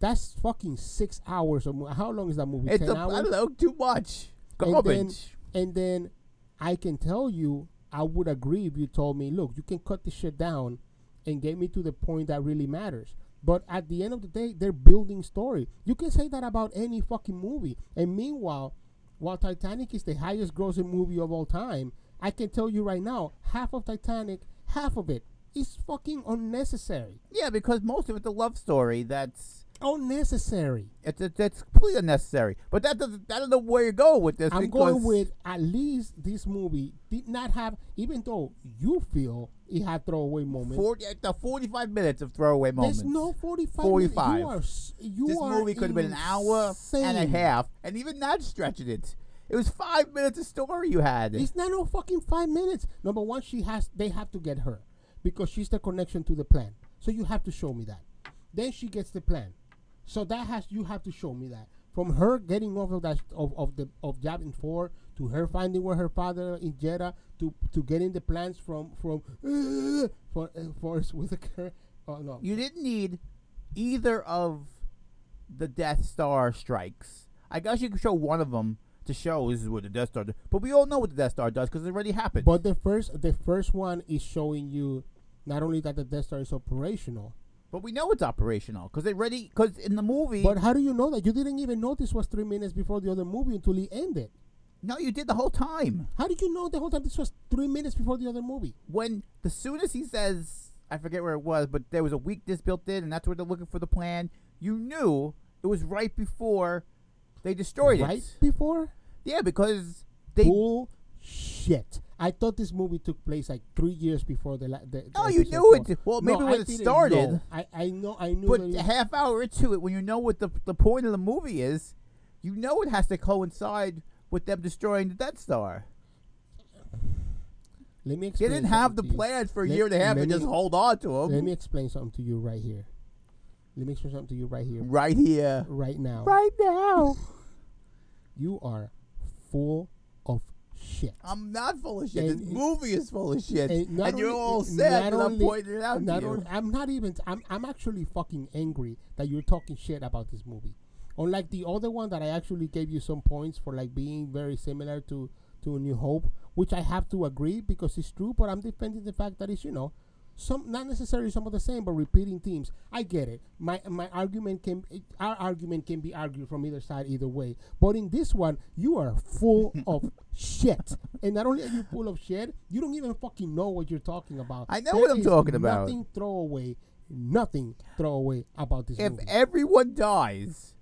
Speaker 2: That's fucking six hours. Of mo- How long is that movie?
Speaker 1: It's
Speaker 2: Ten
Speaker 1: a, I
Speaker 2: hours.
Speaker 1: don't know, too much
Speaker 2: And then-
Speaker 1: garbage.
Speaker 2: And then I can tell you, I would agree if you told me, look, you can cut this shit down and get me to the point that really matters. But at the end of the day, they're building story. You can say that about any fucking movie. And meanwhile, while Titanic is the highest grossing movie of all time, I can tell you right now, half of Titanic, half of it is fucking unnecessary.
Speaker 1: Yeah, because most of it's a love story. That's
Speaker 2: Unnecessary.
Speaker 1: it's, it's, it's completely unnecessary. But that doesn't. I don't know where you're going with this.
Speaker 2: I'm
Speaker 1: because
Speaker 2: going with at least this movie did not have, even though you feel it had throwaway moments.
Speaker 1: 40, the 45 minutes of throwaway moments.
Speaker 2: There's no 45.
Speaker 1: 45.
Speaker 2: Minutes. You are, s- you
Speaker 1: this
Speaker 2: are
Speaker 1: movie could have been an hour and
Speaker 2: insane.
Speaker 1: a half, and even not stretching it. It was five minutes of story you had.
Speaker 2: It's not no fucking five minutes. Number one, she has. They have to get her because she's the connection to the plan. So you have to show me that. Then she gets the plan. So that has you have to show me that from her getting off of that of, of the of Jabin four to her finding where her father in Jeddah to to getting the plans from from [laughs] uh, for uh, Forrest Whitaker. Oh no,
Speaker 1: You didn't need either of the Death Star strikes. I guess you could show one of them to show this is what the Death Star. does. But we all know what the Death Star does because it already happened.
Speaker 2: But the first the first one is showing you not only that the Death Star is operational,
Speaker 1: But we know it's operational because it already because in the movie.
Speaker 2: but how do you know that? You didn't even know this was three minutes before the other movie until it ended.
Speaker 1: no, you did the whole time
Speaker 2: How did you know the whole time this was three minutes before the other movie?
Speaker 1: when the soon as he says I forget where it was, but there was a weakness built in, and that's where they're looking for the plan. You knew it was right before they destroyed
Speaker 2: right
Speaker 1: it.
Speaker 2: before?
Speaker 1: Yeah, because Oh, they.
Speaker 2: Bullshit. I thought this movie took place like three years before the. La- the, the
Speaker 1: No, Oh, you
Speaker 2: episode
Speaker 1: knew it.
Speaker 2: four.
Speaker 1: Well, maybe
Speaker 2: No,
Speaker 1: when
Speaker 2: I
Speaker 1: it
Speaker 2: didn't
Speaker 1: started.
Speaker 2: know. I, I know. I knew.
Speaker 1: But
Speaker 2: that it
Speaker 1: a
Speaker 2: was-
Speaker 1: half hour into it, when you know what the the point of the movie is, you know it has to coincide with them destroying the Death Star.
Speaker 2: Let
Speaker 1: They
Speaker 2: me explain.
Speaker 1: didn't have the
Speaker 2: something to you.
Speaker 1: plans for a
Speaker 2: Let-
Speaker 1: year and a half
Speaker 2: let
Speaker 1: and
Speaker 2: me-
Speaker 1: just hold on to them.
Speaker 2: Let me explain something to you right here. Let me explain something to you right here,
Speaker 1: right here.
Speaker 2: right now.
Speaker 1: Right now.
Speaker 2: You are full of shit.
Speaker 1: I'm not full of shit.
Speaker 2: And-
Speaker 1: this movie is full of shit.
Speaker 2: and
Speaker 1: Uh, And,
Speaker 2: not
Speaker 1: you're
Speaker 2: only-
Speaker 1: all sad
Speaker 2: not
Speaker 1: that I'm
Speaker 2: only-
Speaker 1: pointing it out
Speaker 2: Not
Speaker 1: to you.
Speaker 2: on- I'm not even. I'm. I'm actually fucking angry that you're talking shit about this movie. Unlike the other one that I actually gave you some points for, like being very similar to to New Hope, which I have to agree because it's true. But I'm defending the fact that it's you know, some not necessarily some of the same, but repeating themes. I get it. My my argument can it- our argument can be argued from either side, either way. But in this one, you are
Speaker 1: [laughs]
Speaker 2: full of shit, and not only are you full of shit, you don't even fucking know what you're talking about.
Speaker 1: I know what I'm
Speaker 2: is
Speaker 1: talking about.
Speaker 2: Nothing throwaway, nothing throwaway about this
Speaker 1: if
Speaker 2: movie.
Speaker 1: everyone dies,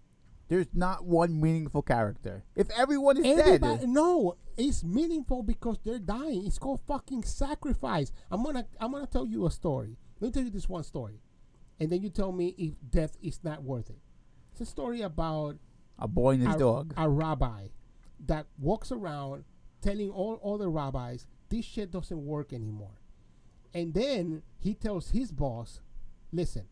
Speaker 1: there's not one meaningful character. If everyone is
Speaker 2: Everybody,
Speaker 1: dead,
Speaker 2: no, it's meaningful because they're dying. It's called fucking sacrifice. I'm gonna I'm gonna tell you a story. Let me tell you this one story, and then you tell me if death is not worth it. It's a story about
Speaker 1: a boy and his
Speaker 2: a,
Speaker 1: dog.
Speaker 2: a rabbi that walks around telling all other rabbis this shit doesn't work anymore. And then he tells his boss, listen,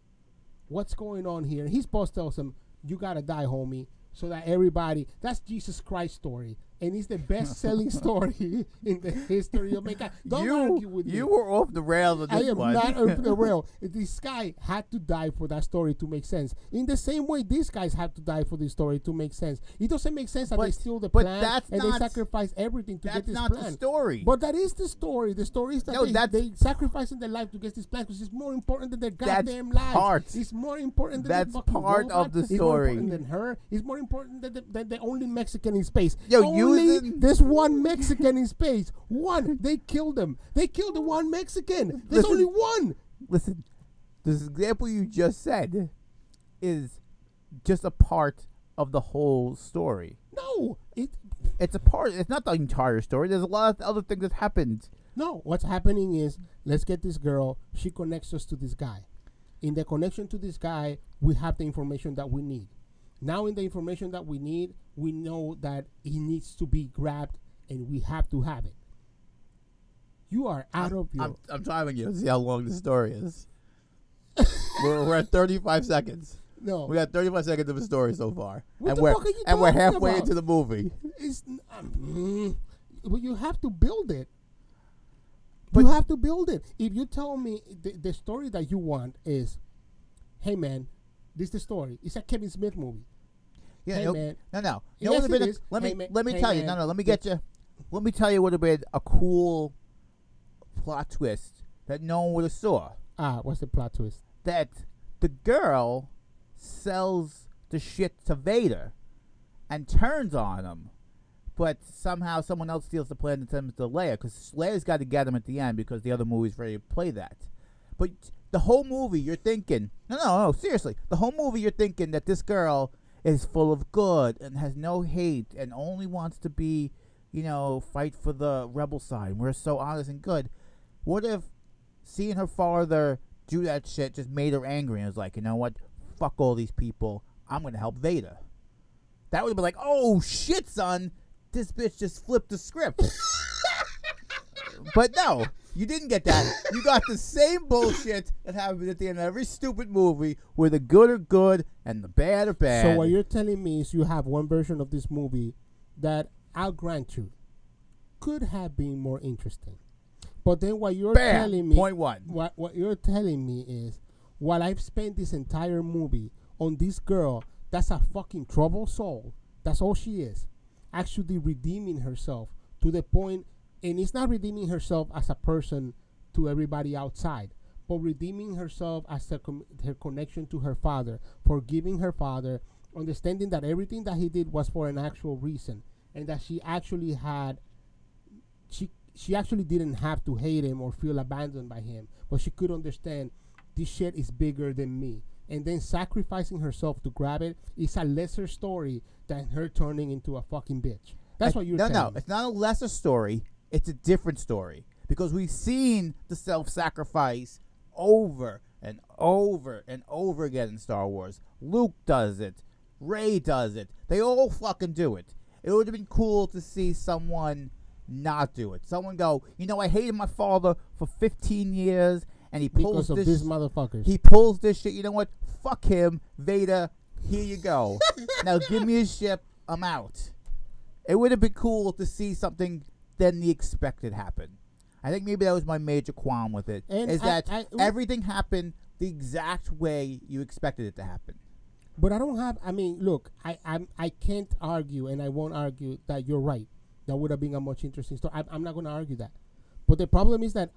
Speaker 2: what's going on here? And his boss tells him, you gotta die, homie, so that everybody that's Jesus Christ story. And it's the
Speaker 1: [laughs]
Speaker 2: best selling story in the history of mankind. Don't argue
Speaker 1: you
Speaker 2: with me.
Speaker 1: you were off the rails with
Speaker 2: I
Speaker 1: this
Speaker 2: am
Speaker 1: one. [laughs]
Speaker 2: not off the rail. This guy had to die for that story to make sense. In the same way, these guys had to die for this story to make sense. It doesn't make sense that they
Speaker 1: But-
Speaker 2: steal the
Speaker 1: but
Speaker 2: plan
Speaker 1: that's
Speaker 2: and they
Speaker 1: not-
Speaker 2: sacrifice everything to get
Speaker 1: That's
Speaker 2: this
Speaker 1: not
Speaker 2: plan.
Speaker 1: the story.
Speaker 2: But that is the story. The story is that
Speaker 1: No,
Speaker 2: they,
Speaker 1: that's-
Speaker 2: they sacrificing their life to get this plan because it's more important than their
Speaker 1: That's
Speaker 2: goddamn lives.
Speaker 1: part.
Speaker 2: It's more important than
Speaker 1: That's
Speaker 2: the fucking
Speaker 1: part of
Speaker 2: robot.
Speaker 1: the
Speaker 2: It's more
Speaker 1: story.
Speaker 2: important than her. It's more important than the, than the only Mexican in space.
Speaker 1: Yo,
Speaker 2: only
Speaker 1: using-
Speaker 2: this one Mexican in space. One. They killed him. They killed the one Mexican. There's
Speaker 1: Listen-
Speaker 2: only one.
Speaker 1: Listen, this example you just said is just a part of the whole story.
Speaker 2: No, it
Speaker 1: It's a part. It's not the entire story. There's a lot of other things that happened.
Speaker 2: no. What's happening is let's get this girl. She connects us to this guy. In the connection to this guy, we have the information that we need. Now, in the information that we need, we know that he needs to be grabbed, and we have to have it. You are out of your.
Speaker 1: I'm, I'm timing you to see how long the story is. [laughs] we're, we're at 35 seconds.
Speaker 2: no,
Speaker 1: We got 35 seconds of the story so far,
Speaker 2: What
Speaker 1: and
Speaker 2: the
Speaker 1: we're
Speaker 2: fuck are you
Speaker 1: and we're
Speaker 2: talking
Speaker 1: halfway
Speaker 2: about?
Speaker 1: into the movie.
Speaker 2: it's n- um, mm, well, you have to build it.
Speaker 1: But-
Speaker 2: you have to build it. If you tell me the, the story that you want is, hey man, this is the story. It's a Kevin Smith movie.
Speaker 1: Yeah,
Speaker 2: Hey,
Speaker 1: no,
Speaker 2: man.
Speaker 1: no, no, You know what
Speaker 2: Yes,
Speaker 1: would've
Speaker 2: it
Speaker 1: been a-
Speaker 2: is.
Speaker 1: let
Speaker 2: Hey,
Speaker 1: me
Speaker 2: man.
Speaker 1: let me
Speaker 2: Hey,
Speaker 1: tell you. No,
Speaker 2: man.
Speaker 1: no, let me get you. Let me tell you what would have been a cool plot twist that no one would have saw.
Speaker 2: Ah, what's the plot twist?
Speaker 1: that the girl sells the shit to Vader and turns on him, but somehow someone else steals the plan and sends it to Leia because Leia's got to get him at the end because the other movie's ready to play that. But the whole movie, you're thinking, no, no, no, seriously, the whole movie, you're thinking that this girl is full of good and has no hate and only wants to be, you know, fight for the rebel side. We're so honest and good. What if seeing her father do that shit just made her angry and was like, you know what? Fuck all these people. I'm gonna help Vader. That would have been like, oh shit, son, this bitch just flipped the script. but no, you didn't get that. You got the same bullshit that happens at the end of every stupid movie where the good are good and the bad are bad.
Speaker 2: So what you're telling me is you have one version of this movie that I'll grant you could have been more interesting. But then what you're
Speaker 1: Bam!
Speaker 2: telling me
Speaker 1: Point one.
Speaker 2: What what you're telling me is while I've spent this entire movie on this girl that's a fucking trouble soul. That's all she is. Actually redeeming herself to the point and it's not redeeming herself as a person to everybody outside, but redeeming herself as her, com- her connection to her father, forgiving her father, understanding that everything that he did was for an actual reason and that she actually had she she actually didn't have to hate him or feel abandoned by him, but she could understand this shit is bigger than me. And then sacrificing herself to grab it is a lesser story than her turning into a fucking bitch. That's
Speaker 1: I-
Speaker 2: what you're
Speaker 1: no,
Speaker 2: telling
Speaker 1: no.
Speaker 2: me.
Speaker 1: It's not a lesser story. It's a different story because we've seen the self-sacrifice over and over and over again in Star Wars. Luke does it. Ray does it. They all fucking do it. It would have been cool to see someone not do it. Someone go, you know, I hated my father for 15 years, and he pulls
Speaker 2: because of
Speaker 1: this.
Speaker 2: these motherfuckers.
Speaker 1: he pulls this shit. You know what? Fuck him, Vader. Here you go.
Speaker 2: [laughs]
Speaker 1: now give me a ship. I'm out. It would have been cool to see something than the expected happen. I think maybe that was my major qualm with it. Is
Speaker 2: And I-
Speaker 1: that
Speaker 2: I-
Speaker 1: everything happened the exact way you expected it to happen?
Speaker 2: But I don't have. I mean, look, I I'm, I can't argue, and I won't argue that you're right. That would have been a much interesting story. I, I'm not going to argue that. But the problem is that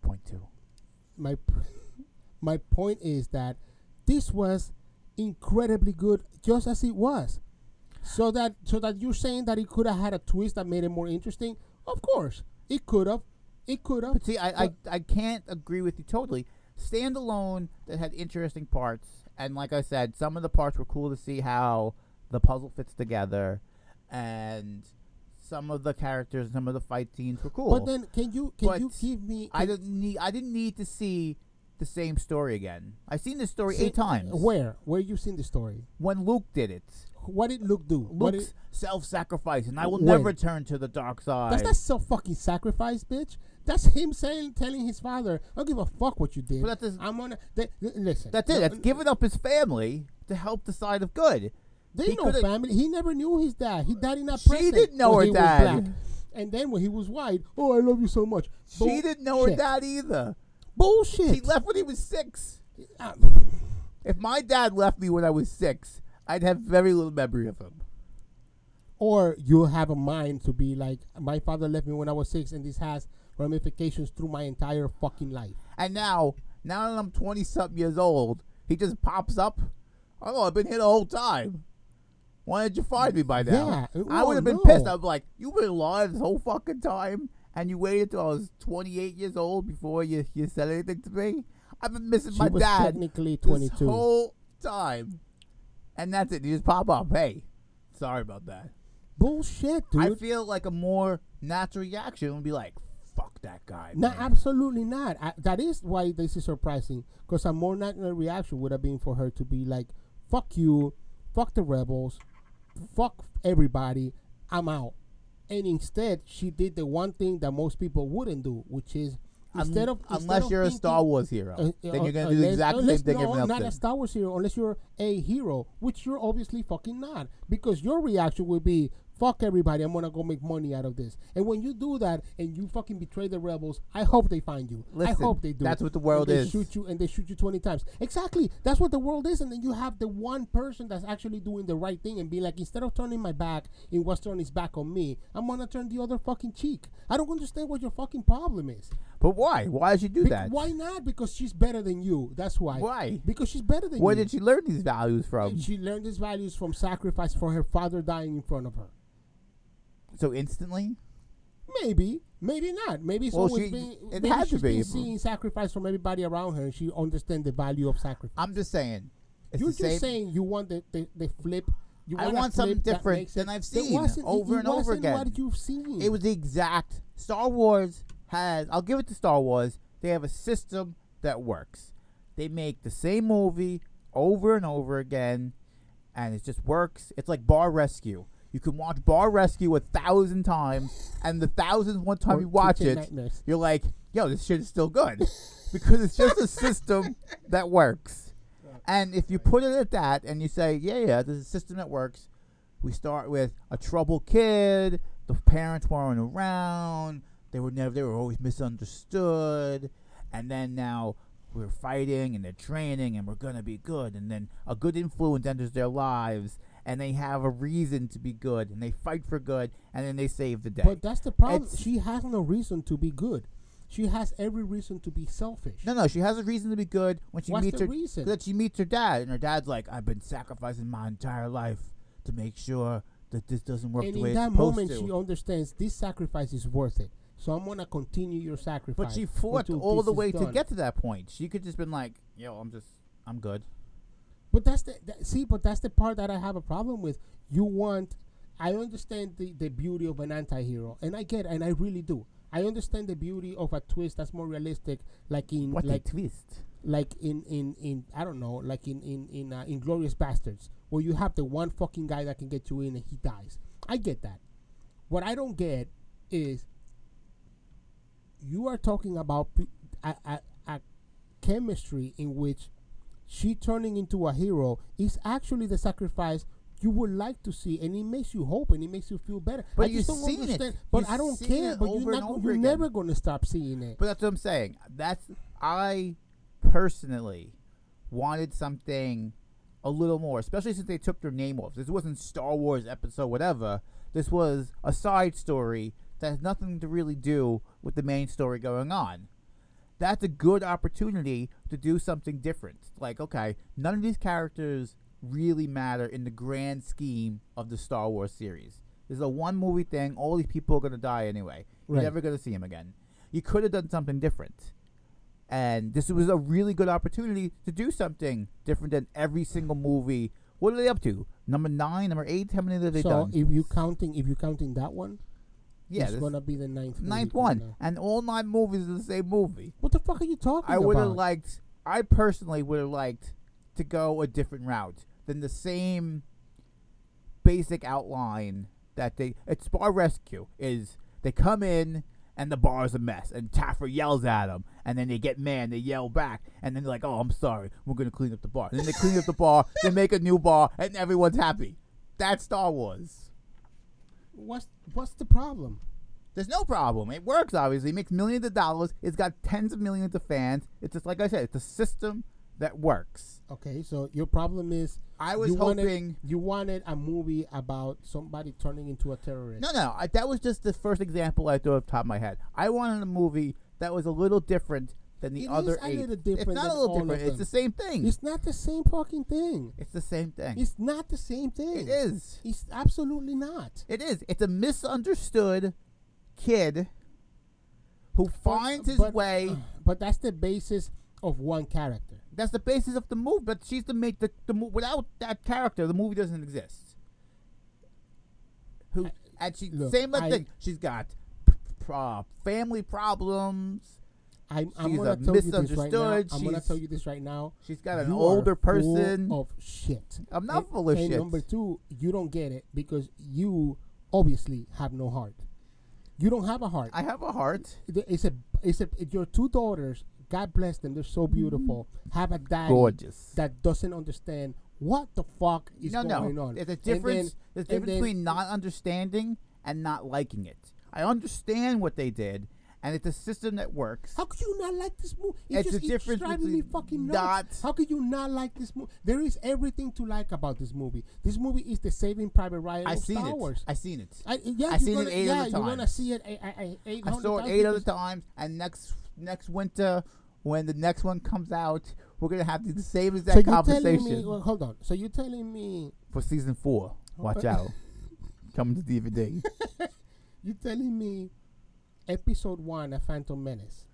Speaker 1: Point two.
Speaker 2: my p- my point is that this was incredibly good, just as it was. So that so that you're saying that it could have had a twist that made it more interesting. Of course, it could have. It could have.
Speaker 1: But see, I, I, I can't agree with you totally. Standalone that had interesting parts, and like I said, some of the parts were cool to see how the puzzle fits together, and some of the characters, some of the fight scenes were cool.
Speaker 2: But then, can you can
Speaker 1: But
Speaker 2: you give me?
Speaker 1: I didn't need I didn't need to see the same story again. I've seen this story
Speaker 2: see- uh,
Speaker 1: eight times.
Speaker 2: Where where you seen the story?
Speaker 1: When Luke did it,
Speaker 2: What did Luke do? what did,
Speaker 1: Luke's self-sacrifice, and I will
Speaker 2: When?
Speaker 1: never turn to the dark side.
Speaker 2: That's not self fucking sacrifice, bitch. That's him saying, telling his father, "I don't give a fuck what you did.
Speaker 1: But that doesn't-
Speaker 2: I'm gonna they, li- listen.
Speaker 1: That's it.
Speaker 2: No, uh,
Speaker 1: That's giving up his family to help the side of good.
Speaker 2: They
Speaker 1: he
Speaker 2: know
Speaker 1: coulda-
Speaker 2: family. He never knew his dad. He died in a
Speaker 1: She
Speaker 2: prison.
Speaker 1: didn't know
Speaker 2: when
Speaker 1: her
Speaker 2: he was
Speaker 1: dad.
Speaker 2: black. And then when he was white, oh, I love you so much.
Speaker 1: She didn't know her
Speaker 2: Bullshit.
Speaker 1: dad either.
Speaker 2: Bullshit.
Speaker 1: He left when he was six.
Speaker 2: Uh,
Speaker 1: If my dad left me when I was six, I'd have very little memory of him.
Speaker 2: or you have a mind to be like, my father left me when I was six, and this has ramifications through my entire fucking life.
Speaker 1: And now, now that I'm 20 something years old, he just pops up. Oh, I've been here the whole time. Why didn't you find me by now?
Speaker 2: Yeah, it-
Speaker 1: I would have
Speaker 2: well,
Speaker 1: been pissed.
Speaker 2: no.
Speaker 1: I'm like, you've been alive this whole fucking time, and you waited till I was 28 years old before you, you said anything to me? I've been missing
Speaker 2: She
Speaker 1: my
Speaker 2: was
Speaker 1: dad
Speaker 2: technically
Speaker 1: this
Speaker 2: 22.
Speaker 1: whole time. And that's it. You just pop up. Hey, sorry about that.
Speaker 2: Bullshit, dude.
Speaker 1: I feel like a more natural reaction would be like, fuck that guy.
Speaker 2: No,
Speaker 1: man.
Speaker 2: absolutely not. I, that is why this is surprising. Because a more natural reaction would have been for her to be like, "Fuck you, fuck the rebels, fuck everybody, I'm out." And instead, she did the one thing that most people wouldn't do, which is
Speaker 1: Un-
Speaker 2: instead of instead
Speaker 1: unless
Speaker 2: of
Speaker 1: you're a
Speaker 2: thinking-
Speaker 1: Star Wars hero,
Speaker 2: uh,
Speaker 1: then
Speaker 2: uh,
Speaker 1: you're gonna do the
Speaker 2: unless-
Speaker 1: exact same
Speaker 2: unless-
Speaker 1: thing
Speaker 2: no,
Speaker 1: everyone else
Speaker 2: not a
Speaker 1: did.
Speaker 2: Star Wars hero, unless you're a hero, which you're obviously fucking not, because your reaction will be "fuck everybody, I'm gonna go make money out of this." And when you do that and you fucking betray the rebels, I hope they find you.
Speaker 1: Listen,
Speaker 2: I hope they do.
Speaker 1: that's what the world
Speaker 2: and they
Speaker 1: is.
Speaker 2: Shoot you and they shoot you twenty times. Exactly, that's what the world is. And then you have the one person that's actually doing the right thing and be like, instead of turning my back, it was turning his back on me. I'm gonna turn the other fucking cheek. I don't understand what your fucking problem is.
Speaker 1: But why? Why did she do
Speaker 2: Bec-
Speaker 1: that?
Speaker 2: Why not? Because she's better than you. That's why.
Speaker 1: Why?
Speaker 2: Because she's better than
Speaker 1: Where
Speaker 2: you.
Speaker 1: did she learn these values from?
Speaker 2: She learned these values from sacrifice for her father dying in front of her.
Speaker 1: So instantly,
Speaker 2: Maybe, maybe not. Maybe it's
Speaker 1: Well,
Speaker 2: always
Speaker 1: she-
Speaker 2: been.
Speaker 1: it
Speaker 2: maybe
Speaker 1: had to
Speaker 2: she's been
Speaker 1: be.
Speaker 2: seeing sacrifice from everybody around her, and she understands the value of sacrifice.
Speaker 1: I'm just saying. It's
Speaker 2: You're
Speaker 1: the
Speaker 2: just
Speaker 1: same.
Speaker 2: saying you want the, the, the flip. You
Speaker 1: I
Speaker 2: want, a
Speaker 1: want something
Speaker 2: flip that
Speaker 1: different
Speaker 2: makes
Speaker 1: than
Speaker 2: it-
Speaker 1: I've
Speaker 2: There
Speaker 1: seen
Speaker 2: wasn't- it-
Speaker 1: over
Speaker 2: it
Speaker 1: and over
Speaker 2: wasn't
Speaker 1: again.
Speaker 2: What you've seen?
Speaker 1: It was the exact Star Wars has. I'll give it to Star Wars. They have a system that works. They make the same movie over and over again, and it just works. It's like Bar Rescue. You can watch Bar Rescue a thousand times, and the thousandth one time
Speaker 2: Or
Speaker 1: you watch
Speaker 2: Kitchen
Speaker 1: it,
Speaker 2: Nightmares.
Speaker 1: you're like, "Yo, this shit is still good," because it's just a system that works. And if you put it at that and you say, yeah, yeah, there's a system that works, we start with a troubled kid, the parents weren't around, they were never they were always misunderstood, and then now we're fighting and they're training and we're gonna be good, and then a good influence enters their lives and they have a reason to be good and they fight for good and then they save the day.
Speaker 2: But that's the problem.
Speaker 1: It's-
Speaker 2: she has no reason to be good. She has every reason to be selfish.
Speaker 1: No, no, she has a reason to be good when she
Speaker 2: What's
Speaker 1: meets
Speaker 2: the
Speaker 1: her
Speaker 2: reason?
Speaker 1: that she meets her dad, and her dad's like, "I've been sacrificing my entire life to make sure that this doesn't work
Speaker 2: and
Speaker 1: the way
Speaker 2: in
Speaker 1: it's
Speaker 2: that
Speaker 1: supposed
Speaker 2: moment,
Speaker 1: to."
Speaker 2: she understands this sacrifice is worth it. So I'm gonna continue your sacrifice.
Speaker 1: but she fought
Speaker 2: until
Speaker 1: all
Speaker 2: this
Speaker 1: the
Speaker 2: is
Speaker 1: way to
Speaker 2: done.
Speaker 1: get to that point. She could just been like, "Yo, I'm just, I'm good."
Speaker 2: But that's the that, see. But that's the part that I have a problem with. You want. I understand the, the beauty of an anti-hero, and I get, and I really do. I understand the beauty of a twist that's more realistic, like in
Speaker 1: What
Speaker 2: like
Speaker 1: a twist!
Speaker 2: like in in in I don't know, like in in in uh, Inglorious Bastards, where you have the one fucking guy that can get you in and he dies. I get that. What I don't get is you are talking about p- a, a, a chemistry in which she turning into a hero is actually the sacrifice you would like to see, and it makes you hope, and it makes you feel better.
Speaker 1: But
Speaker 2: I just
Speaker 1: you've
Speaker 2: don't
Speaker 1: seen it.
Speaker 2: understand. But
Speaker 1: You've
Speaker 2: I don't
Speaker 1: seen
Speaker 2: care.
Speaker 1: it
Speaker 2: But
Speaker 1: over
Speaker 2: you're
Speaker 1: and
Speaker 2: not.
Speaker 1: over
Speaker 2: You're
Speaker 1: again.
Speaker 2: never gonna stop seeing it.
Speaker 1: But that's what I'm saying. That's I personally wanted something a little more, especially since they took their name off. This wasn't Star Wars episode whatever. This was a side story that has nothing to really do with the main story going on. That's a good opportunity to do something different. Like, okay, none of these characters really matter in the grand scheme of the Star Wars series. This is a one movie thing. All these people are going to die anyway.
Speaker 2: Right.
Speaker 1: You're never going to see them again. You could have done something different. And this was a really good opportunity to do something different than every single movie. What are they up to? Number nine, number eight? How many have they
Speaker 2: so
Speaker 1: done?
Speaker 2: if you counting, if you counting that one,
Speaker 1: yeah,
Speaker 2: it's
Speaker 1: this
Speaker 2: gonna be the ninth.
Speaker 1: ninth
Speaker 2: movie coming
Speaker 1: one.
Speaker 2: out.
Speaker 1: And all nine movies are the same movie.
Speaker 2: What the fuck are you talking
Speaker 1: I
Speaker 2: about?
Speaker 1: would have liked. I personally would have liked to go a different route than the same basic outline that they. It's bar rescue is they come in and the bar's a mess and Taffer yells at them and then they get mad they yell back and then they're like oh I'm sorry we're gonna clean up the bar and then they clean up the bar they make a new bar and everyone's happy. That's Star Wars.
Speaker 2: What's what's the problem?
Speaker 1: There's no problem. It works, obviously. It makes millions of dollars. It's got tens of millions of fans. It's just like I said, it's a system that works.
Speaker 2: Okay, so your problem is
Speaker 1: I was
Speaker 2: you
Speaker 1: hoping-
Speaker 2: wanted, you wanted a movie about somebody turning into a terrorist.
Speaker 1: No, no, I, that was just the first example I threw off the top of my head. I wanted a movie that was a little different than the
Speaker 2: It
Speaker 1: other
Speaker 2: is a
Speaker 1: eight.
Speaker 2: little different
Speaker 1: it's not
Speaker 2: than
Speaker 1: a little
Speaker 2: all of
Speaker 1: different. It's
Speaker 2: them.
Speaker 1: the same thing. It's,
Speaker 2: It's not the same fucking thing.
Speaker 1: the same thing.
Speaker 2: It's not the same thing.
Speaker 1: It is.
Speaker 2: It's absolutely not.
Speaker 1: It is. It's a misunderstood kid who finds his
Speaker 2: but- uh,
Speaker 1: way.
Speaker 2: [sighs] But that's the basis of one character.
Speaker 1: That's the basis of the movie. But she's the make the, the mo- without that character, the movie doesn't exist. Who and she
Speaker 2: look,
Speaker 1: same
Speaker 2: I-
Speaker 1: thing. She's got p- p- uh, family problems.
Speaker 2: I'm, I'm
Speaker 1: She's
Speaker 2: gonna
Speaker 1: a
Speaker 2: tell you this right now.
Speaker 1: misunderstood.
Speaker 2: I'm gonna
Speaker 1: She's-
Speaker 2: tell you this right now.
Speaker 1: She's got an
Speaker 2: You are
Speaker 1: older
Speaker 2: full
Speaker 1: person.
Speaker 2: of shit.
Speaker 1: I'm not
Speaker 2: And-
Speaker 1: full of
Speaker 2: and
Speaker 1: shit.
Speaker 2: Number two, you don't get it because you obviously have no heart. You don't have a heart.
Speaker 1: I have a heart.
Speaker 2: Th- it's a it's a your two daughters. God bless them. They're so beautiful. Have a daddy
Speaker 1: Gorgeous.
Speaker 2: that doesn't understand what the fuck is
Speaker 1: no,
Speaker 2: going
Speaker 1: no.
Speaker 2: on.
Speaker 1: There's a
Speaker 2: And
Speaker 1: difference.
Speaker 2: then-
Speaker 1: there's a
Speaker 2: and
Speaker 1: difference
Speaker 2: then-
Speaker 1: between not understanding and not liking it. I understand what they did, and it's a system that works.
Speaker 2: How could you not like this movie?
Speaker 1: It's
Speaker 2: just,
Speaker 1: the difference
Speaker 2: it's driving me
Speaker 1: between
Speaker 2: fucking nuts.
Speaker 1: not-
Speaker 2: How could you not like this movie? There is everything to like about this movie. This movie is the Saving Private Ryan
Speaker 1: I
Speaker 2: of
Speaker 1: seen
Speaker 2: Star
Speaker 1: it.
Speaker 2: Wars.
Speaker 1: I seen it.
Speaker 2: I, yeah,
Speaker 1: I
Speaker 2: you're
Speaker 1: seen it
Speaker 2: gonna,
Speaker 1: eight
Speaker 2: yeah,
Speaker 1: other
Speaker 2: you want to
Speaker 1: times.
Speaker 2: see it. I, I, I,
Speaker 1: I saw it eight other times, and next next winter, when the next one comes out, we're gonna have the same exact
Speaker 2: So you're telling me?
Speaker 1: conversation
Speaker 2: Well, hold on. So you're telling me?
Speaker 1: for season four. Watch
Speaker 2: Okay.
Speaker 1: out, coming to
Speaker 2: [laughs]
Speaker 1: DVD.
Speaker 2: You're telling me? Episode one, A Phantom Menace,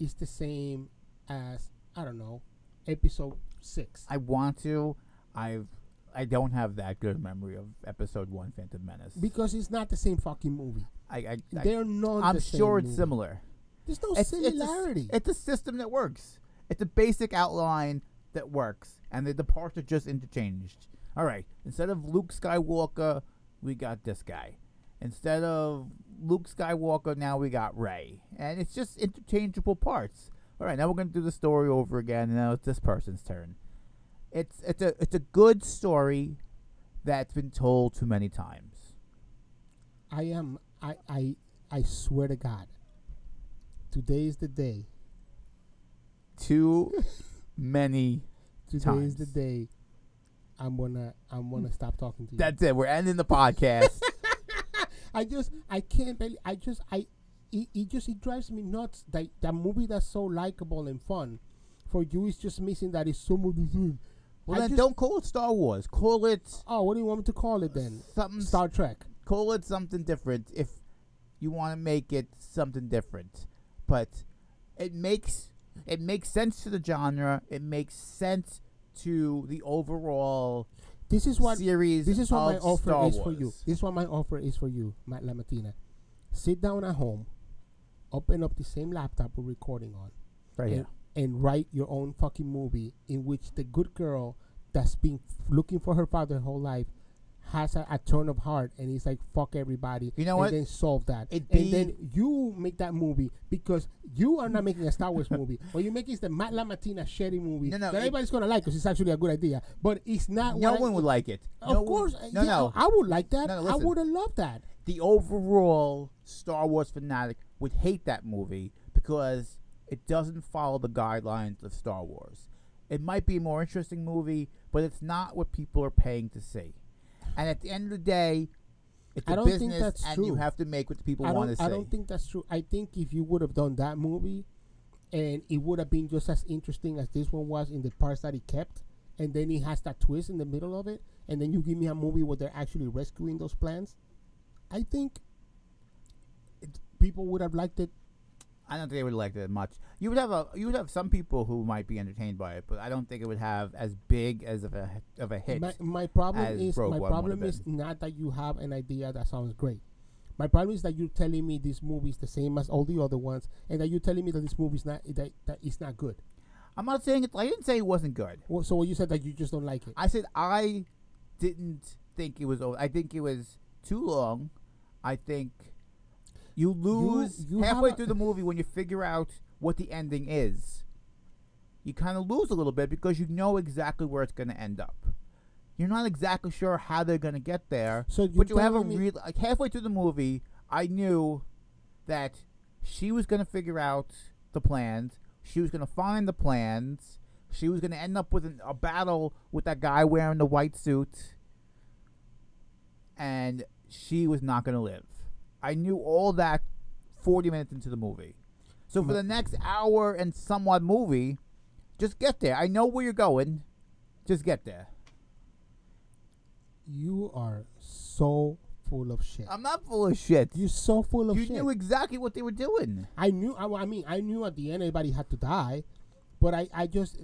Speaker 2: is the same as I don't know, episode six.
Speaker 1: I want to. I've. I don't have that good memory of episode one, Phantom Menace.
Speaker 2: because it's not the same fucking movie.
Speaker 1: I, I, I
Speaker 2: They're not.
Speaker 1: I'm
Speaker 2: the same
Speaker 1: sure it's
Speaker 2: movie.
Speaker 1: similar.
Speaker 2: There's no
Speaker 1: It's, it's, a,
Speaker 2: similarity.
Speaker 1: it's a system that works. It's a basic outline that works, and the, the parts are just interchanged. All right. Instead of Luke Skywalker, we got this guy. Instead of Luke Skywalker, now we got Ray, and it's just interchangeable parts. All right. Now we're gonna do the story over again. and Now it's this person's turn. It's it's a it's a good story that's been told too many times.
Speaker 2: I am. I. I. I swear to God. Today is the day.
Speaker 1: Too many.
Speaker 2: Today is
Speaker 1: Times. Hmm.
Speaker 2: the day. I'm gonna. I'm gonna stop talking to you.
Speaker 1: That's it. We're ending the podcast.
Speaker 2: I just. I can't believe. I just. I. It, it just. It drives me nuts. That that movie that's so likable and fun, for you is just missing that it's so much.
Speaker 1: Well,
Speaker 2: I
Speaker 1: then
Speaker 2: just-
Speaker 1: don't call it Star Wars. Call it
Speaker 2: Oh, what do you want me to call it then?
Speaker 1: something.
Speaker 2: Star Trek.
Speaker 1: call it something different if you want to make it something different. But it makes it makes sense to the genre. It makes sense to the overall
Speaker 2: This is what
Speaker 1: series.
Speaker 2: This is what
Speaker 1: of
Speaker 2: my offer
Speaker 1: Star
Speaker 2: is
Speaker 1: Wars.
Speaker 2: for you. This is what my offer is for you, Matt Lamatina. Sit down at home, open up the same laptop we're recording on,
Speaker 1: Right
Speaker 2: and, and write your own fucking movie in which the good girl that's been f- looking for her father her whole life has a, a turn of heart and he's like fuck everybody
Speaker 1: You know
Speaker 2: and
Speaker 1: what?
Speaker 2: then solve that
Speaker 1: It'd
Speaker 2: and
Speaker 1: be-
Speaker 2: then you make that movie because you are not making a Star Wars [laughs] movie what you're making is the Matt LaMattina shitty movie
Speaker 1: No, no,
Speaker 2: that
Speaker 1: it-
Speaker 2: everybody's gonna like because it's actually a good idea but it's not
Speaker 1: No
Speaker 2: what I-
Speaker 1: one would like it.
Speaker 2: of
Speaker 1: No one-
Speaker 2: course uh,
Speaker 1: No,
Speaker 2: yeah,
Speaker 1: no.
Speaker 2: I would like that
Speaker 1: No, no,
Speaker 2: I
Speaker 1: listen.
Speaker 2: would have loved that
Speaker 1: the overall Star Wars fanatic would hate that movie because it doesn't follow the guidelines of Star Wars. It might be a more interesting movie, but it's not what people are paying to see. And at the end of the day, it's
Speaker 2: I
Speaker 1: a
Speaker 2: don't think
Speaker 1: business,
Speaker 2: that's
Speaker 1: and you
Speaker 2: true.
Speaker 1: have to make what the people
Speaker 2: I
Speaker 1: want to
Speaker 2: don't,
Speaker 1: see.
Speaker 2: I don't think that's true. I think if you would have done that movie, and it would have been just as interesting as this one was in the parts that it kept, and then it has that twist in the middle of it, and then you give me a movie where they're actually rescuing those plants, I think it, people would have liked it.
Speaker 1: I don't think they would like that much. You would have a you would have some people who might be entertained by it, but I don't think it would have as big as of a of a hit.
Speaker 2: My, my problem
Speaker 1: as
Speaker 2: is
Speaker 1: Rogue
Speaker 2: my
Speaker 1: One would have
Speaker 2: problem is not that you have an idea that sounds great. My problem is that you're telling me this movie is the same as all the other ones, and that you're telling me that this movie is not that, that it's not good.
Speaker 1: I'm not saying it. I didn't say it wasn't good.
Speaker 2: Well, so you said that you just don't like it.
Speaker 1: I said I didn't think it was over. I think it was too long. I think you lose
Speaker 2: you have
Speaker 1: halfway
Speaker 2: a-
Speaker 1: through the movie when you figure out what the ending is. You kind of lose a little bit because you know exactly where it's going to end up. You're not exactly sure how they're going to get there,
Speaker 2: So
Speaker 1: but you
Speaker 2: you're
Speaker 1: have a
Speaker 2: telling me-
Speaker 1: real like halfway through the movie. I knew that she was going to figure out the plans. She was going to find the plans. She was going to end up with an, a battle with that guy wearing the white suit. And she was not going to live. I knew all that 40 minutes into the movie. So for
Speaker 2: Ma-
Speaker 1: the next hour and somewhat movie, just get there. I know where you're going. Just get there.
Speaker 2: You are so full of shit.
Speaker 1: I'm not full of shit.
Speaker 2: You're so full of
Speaker 1: you
Speaker 2: shit.
Speaker 1: knew exactly what they were doing.
Speaker 2: I knew. I, I mean, I knew at the end everybody had to die, but I, I just.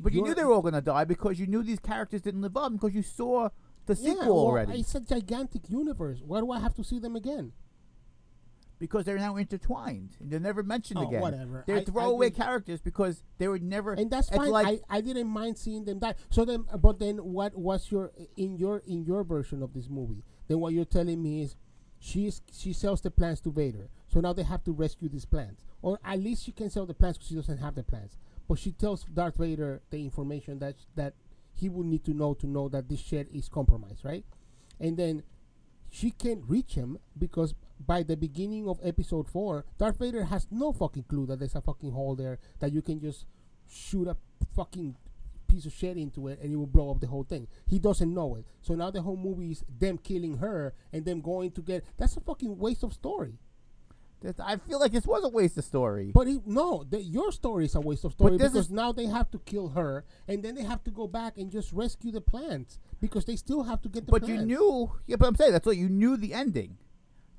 Speaker 1: But you
Speaker 2: you're-
Speaker 1: knew they were all going to die because you knew these characters didn't live up because you saw the
Speaker 2: Yeah,
Speaker 1: sequel
Speaker 2: well,
Speaker 1: already.
Speaker 2: It's a gigantic universe. Why do I have to see them again?
Speaker 1: because they're now intertwined and they're never mentioned
Speaker 2: Oh,
Speaker 1: again.
Speaker 2: whatever. I-
Speaker 1: They're
Speaker 2: I
Speaker 1: throwaway
Speaker 2: didn't-
Speaker 1: characters because they were never.
Speaker 2: And that's
Speaker 1: it's
Speaker 2: fine.
Speaker 1: Like,
Speaker 2: I, I didn't mind seeing them die. So then, uh, but then, what was your in your in your version of this movie? Then what you're telling me is, she's she sells the plants to Vader. So now they have to rescue these plants, or at least she can sell the plants because she doesn't have the plants. But she tells Darth Vader the information that that he would need to know to know that this shit is compromised, right? And then she can't reach him because by the beginning of episode four, Darth Vader has no fucking clue that there's a fucking hole there that you can just shoot a fucking piece of shit into it and it will blow up the whole thing. He doesn't know it. So now the whole movie is them killing her and them going to get. That's a fucking waste of story.
Speaker 1: that's- I feel like this was a waste of story.
Speaker 2: But it, no, the, your story is a waste of story
Speaker 1: this
Speaker 2: because
Speaker 1: is-
Speaker 2: now they have to kill her and then they have to go back and just rescue the plants because they still have to get the
Speaker 1: But
Speaker 2: plants.
Speaker 1: you knew, yeah. But I'm saying that's what you knew the ending.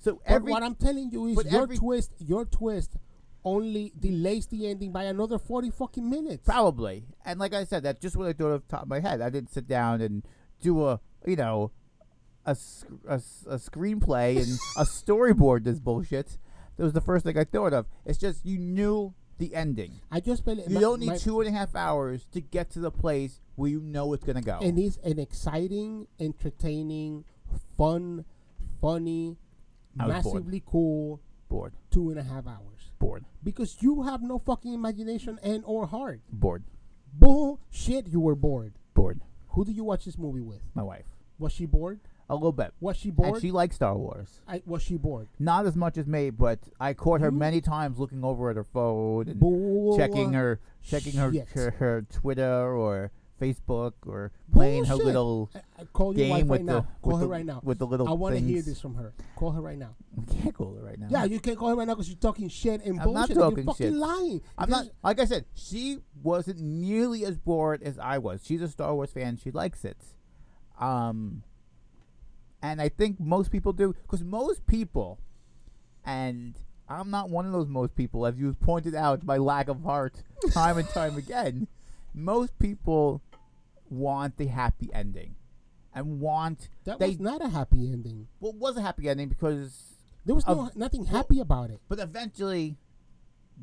Speaker 1: So
Speaker 2: But
Speaker 1: every
Speaker 2: what I'm telling you is
Speaker 1: but
Speaker 2: your
Speaker 1: every-
Speaker 2: twist, your twist, only delays the ending by another forty fucking minutes.
Speaker 1: probably, and like I said, that's just what I thought off the top of my head. I didn't sit down and do a, you know, a sc- a, s- a screenplay and
Speaker 2: [laughs]
Speaker 1: a storyboard. This bullshit. That was the first thing I thought of. It's just you knew the ending.
Speaker 2: I just barely,
Speaker 1: You
Speaker 2: my-
Speaker 1: don't need
Speaker 2: my-
Speaker 1: two and a half hours to get to the place where you know it's gonna go.
Speaker 2: and it's an exciting, entertaining, fun, funny,
Speaker 1: I was bored.
Speaker 2: massively cool
Speaker 1: bored,
Speaker 2: two and a half hours
Speaker 1: bored,
Speaker 2: because you have no fucking imagination and or heart.
Speaker 1: bored,
Speaker 2: Bullshit, you were bored.
Speaker 1: bored.
Speaker 2: Who did you watch this movie with?
Speaker 1: My wife,
Speaker 2: Was she bored?
Speaker 1: a little bit,
Speaker 2: Was she bored?
Speaker 1: and she likes Star Wars.
Speaker 2: I, was she bored?
Speaker 1: Not as much as me, but I caught her
Speaker 2: You-
Speaker 1: many times looking over at her phone and
Speaker 2: Bull-
Speaker 1: checking her, checking her,
Speaker 2: uh, shit.
Speaker 1: her her Twitter or Facebook or playing her
Speaker 2: Bullshit.
Speaker 1: little
Speaker 2: I, I call your wife
Speaker 1: game
Speaker 2: right
Speaker 1: with
Speaker 2: now.
Speaker 1: the
Speaker 2: Call
Speaker 1: with
Speaker 2: her
Speaker 1: the,
Speaker 2: right now.
Speaker 1: with the little.
Speaker 2: I want to hear
Speaker 1: things. [laughs]
Speaker 2: this from her. Call her right now.
Speaker 1: We can't call her right now.
Speaker 2: Yeah, you can't call her right now because you're talking shit and
Speaker 1: I'm not
Speaker 2: bullshit.
Speaker 1: talking
Speaker 2: you're fucking
Speaker 1: shit.
Speaker 2: lying.
Speaker 1: I'm not like I said. She wasn't nearly as bored as I was. She's a Star Wars fan. She likes it, um, and I think most people do because most people, and I'm not one of those most people, as you pointed out, my lack of
Speaker 2: [laughs]
Speaker 1: heart, time and time again. Most people want the happy ending, and want
Speaker 2: That
Speaker 1: they
Speaker 2: was not a happy ending.
Speaker 1: well, it was a happy ending because
Speaker 2: There was
Speaker 1: Of-
Speaker 2: no nothing happy about it.
Speaker 1: But eventually,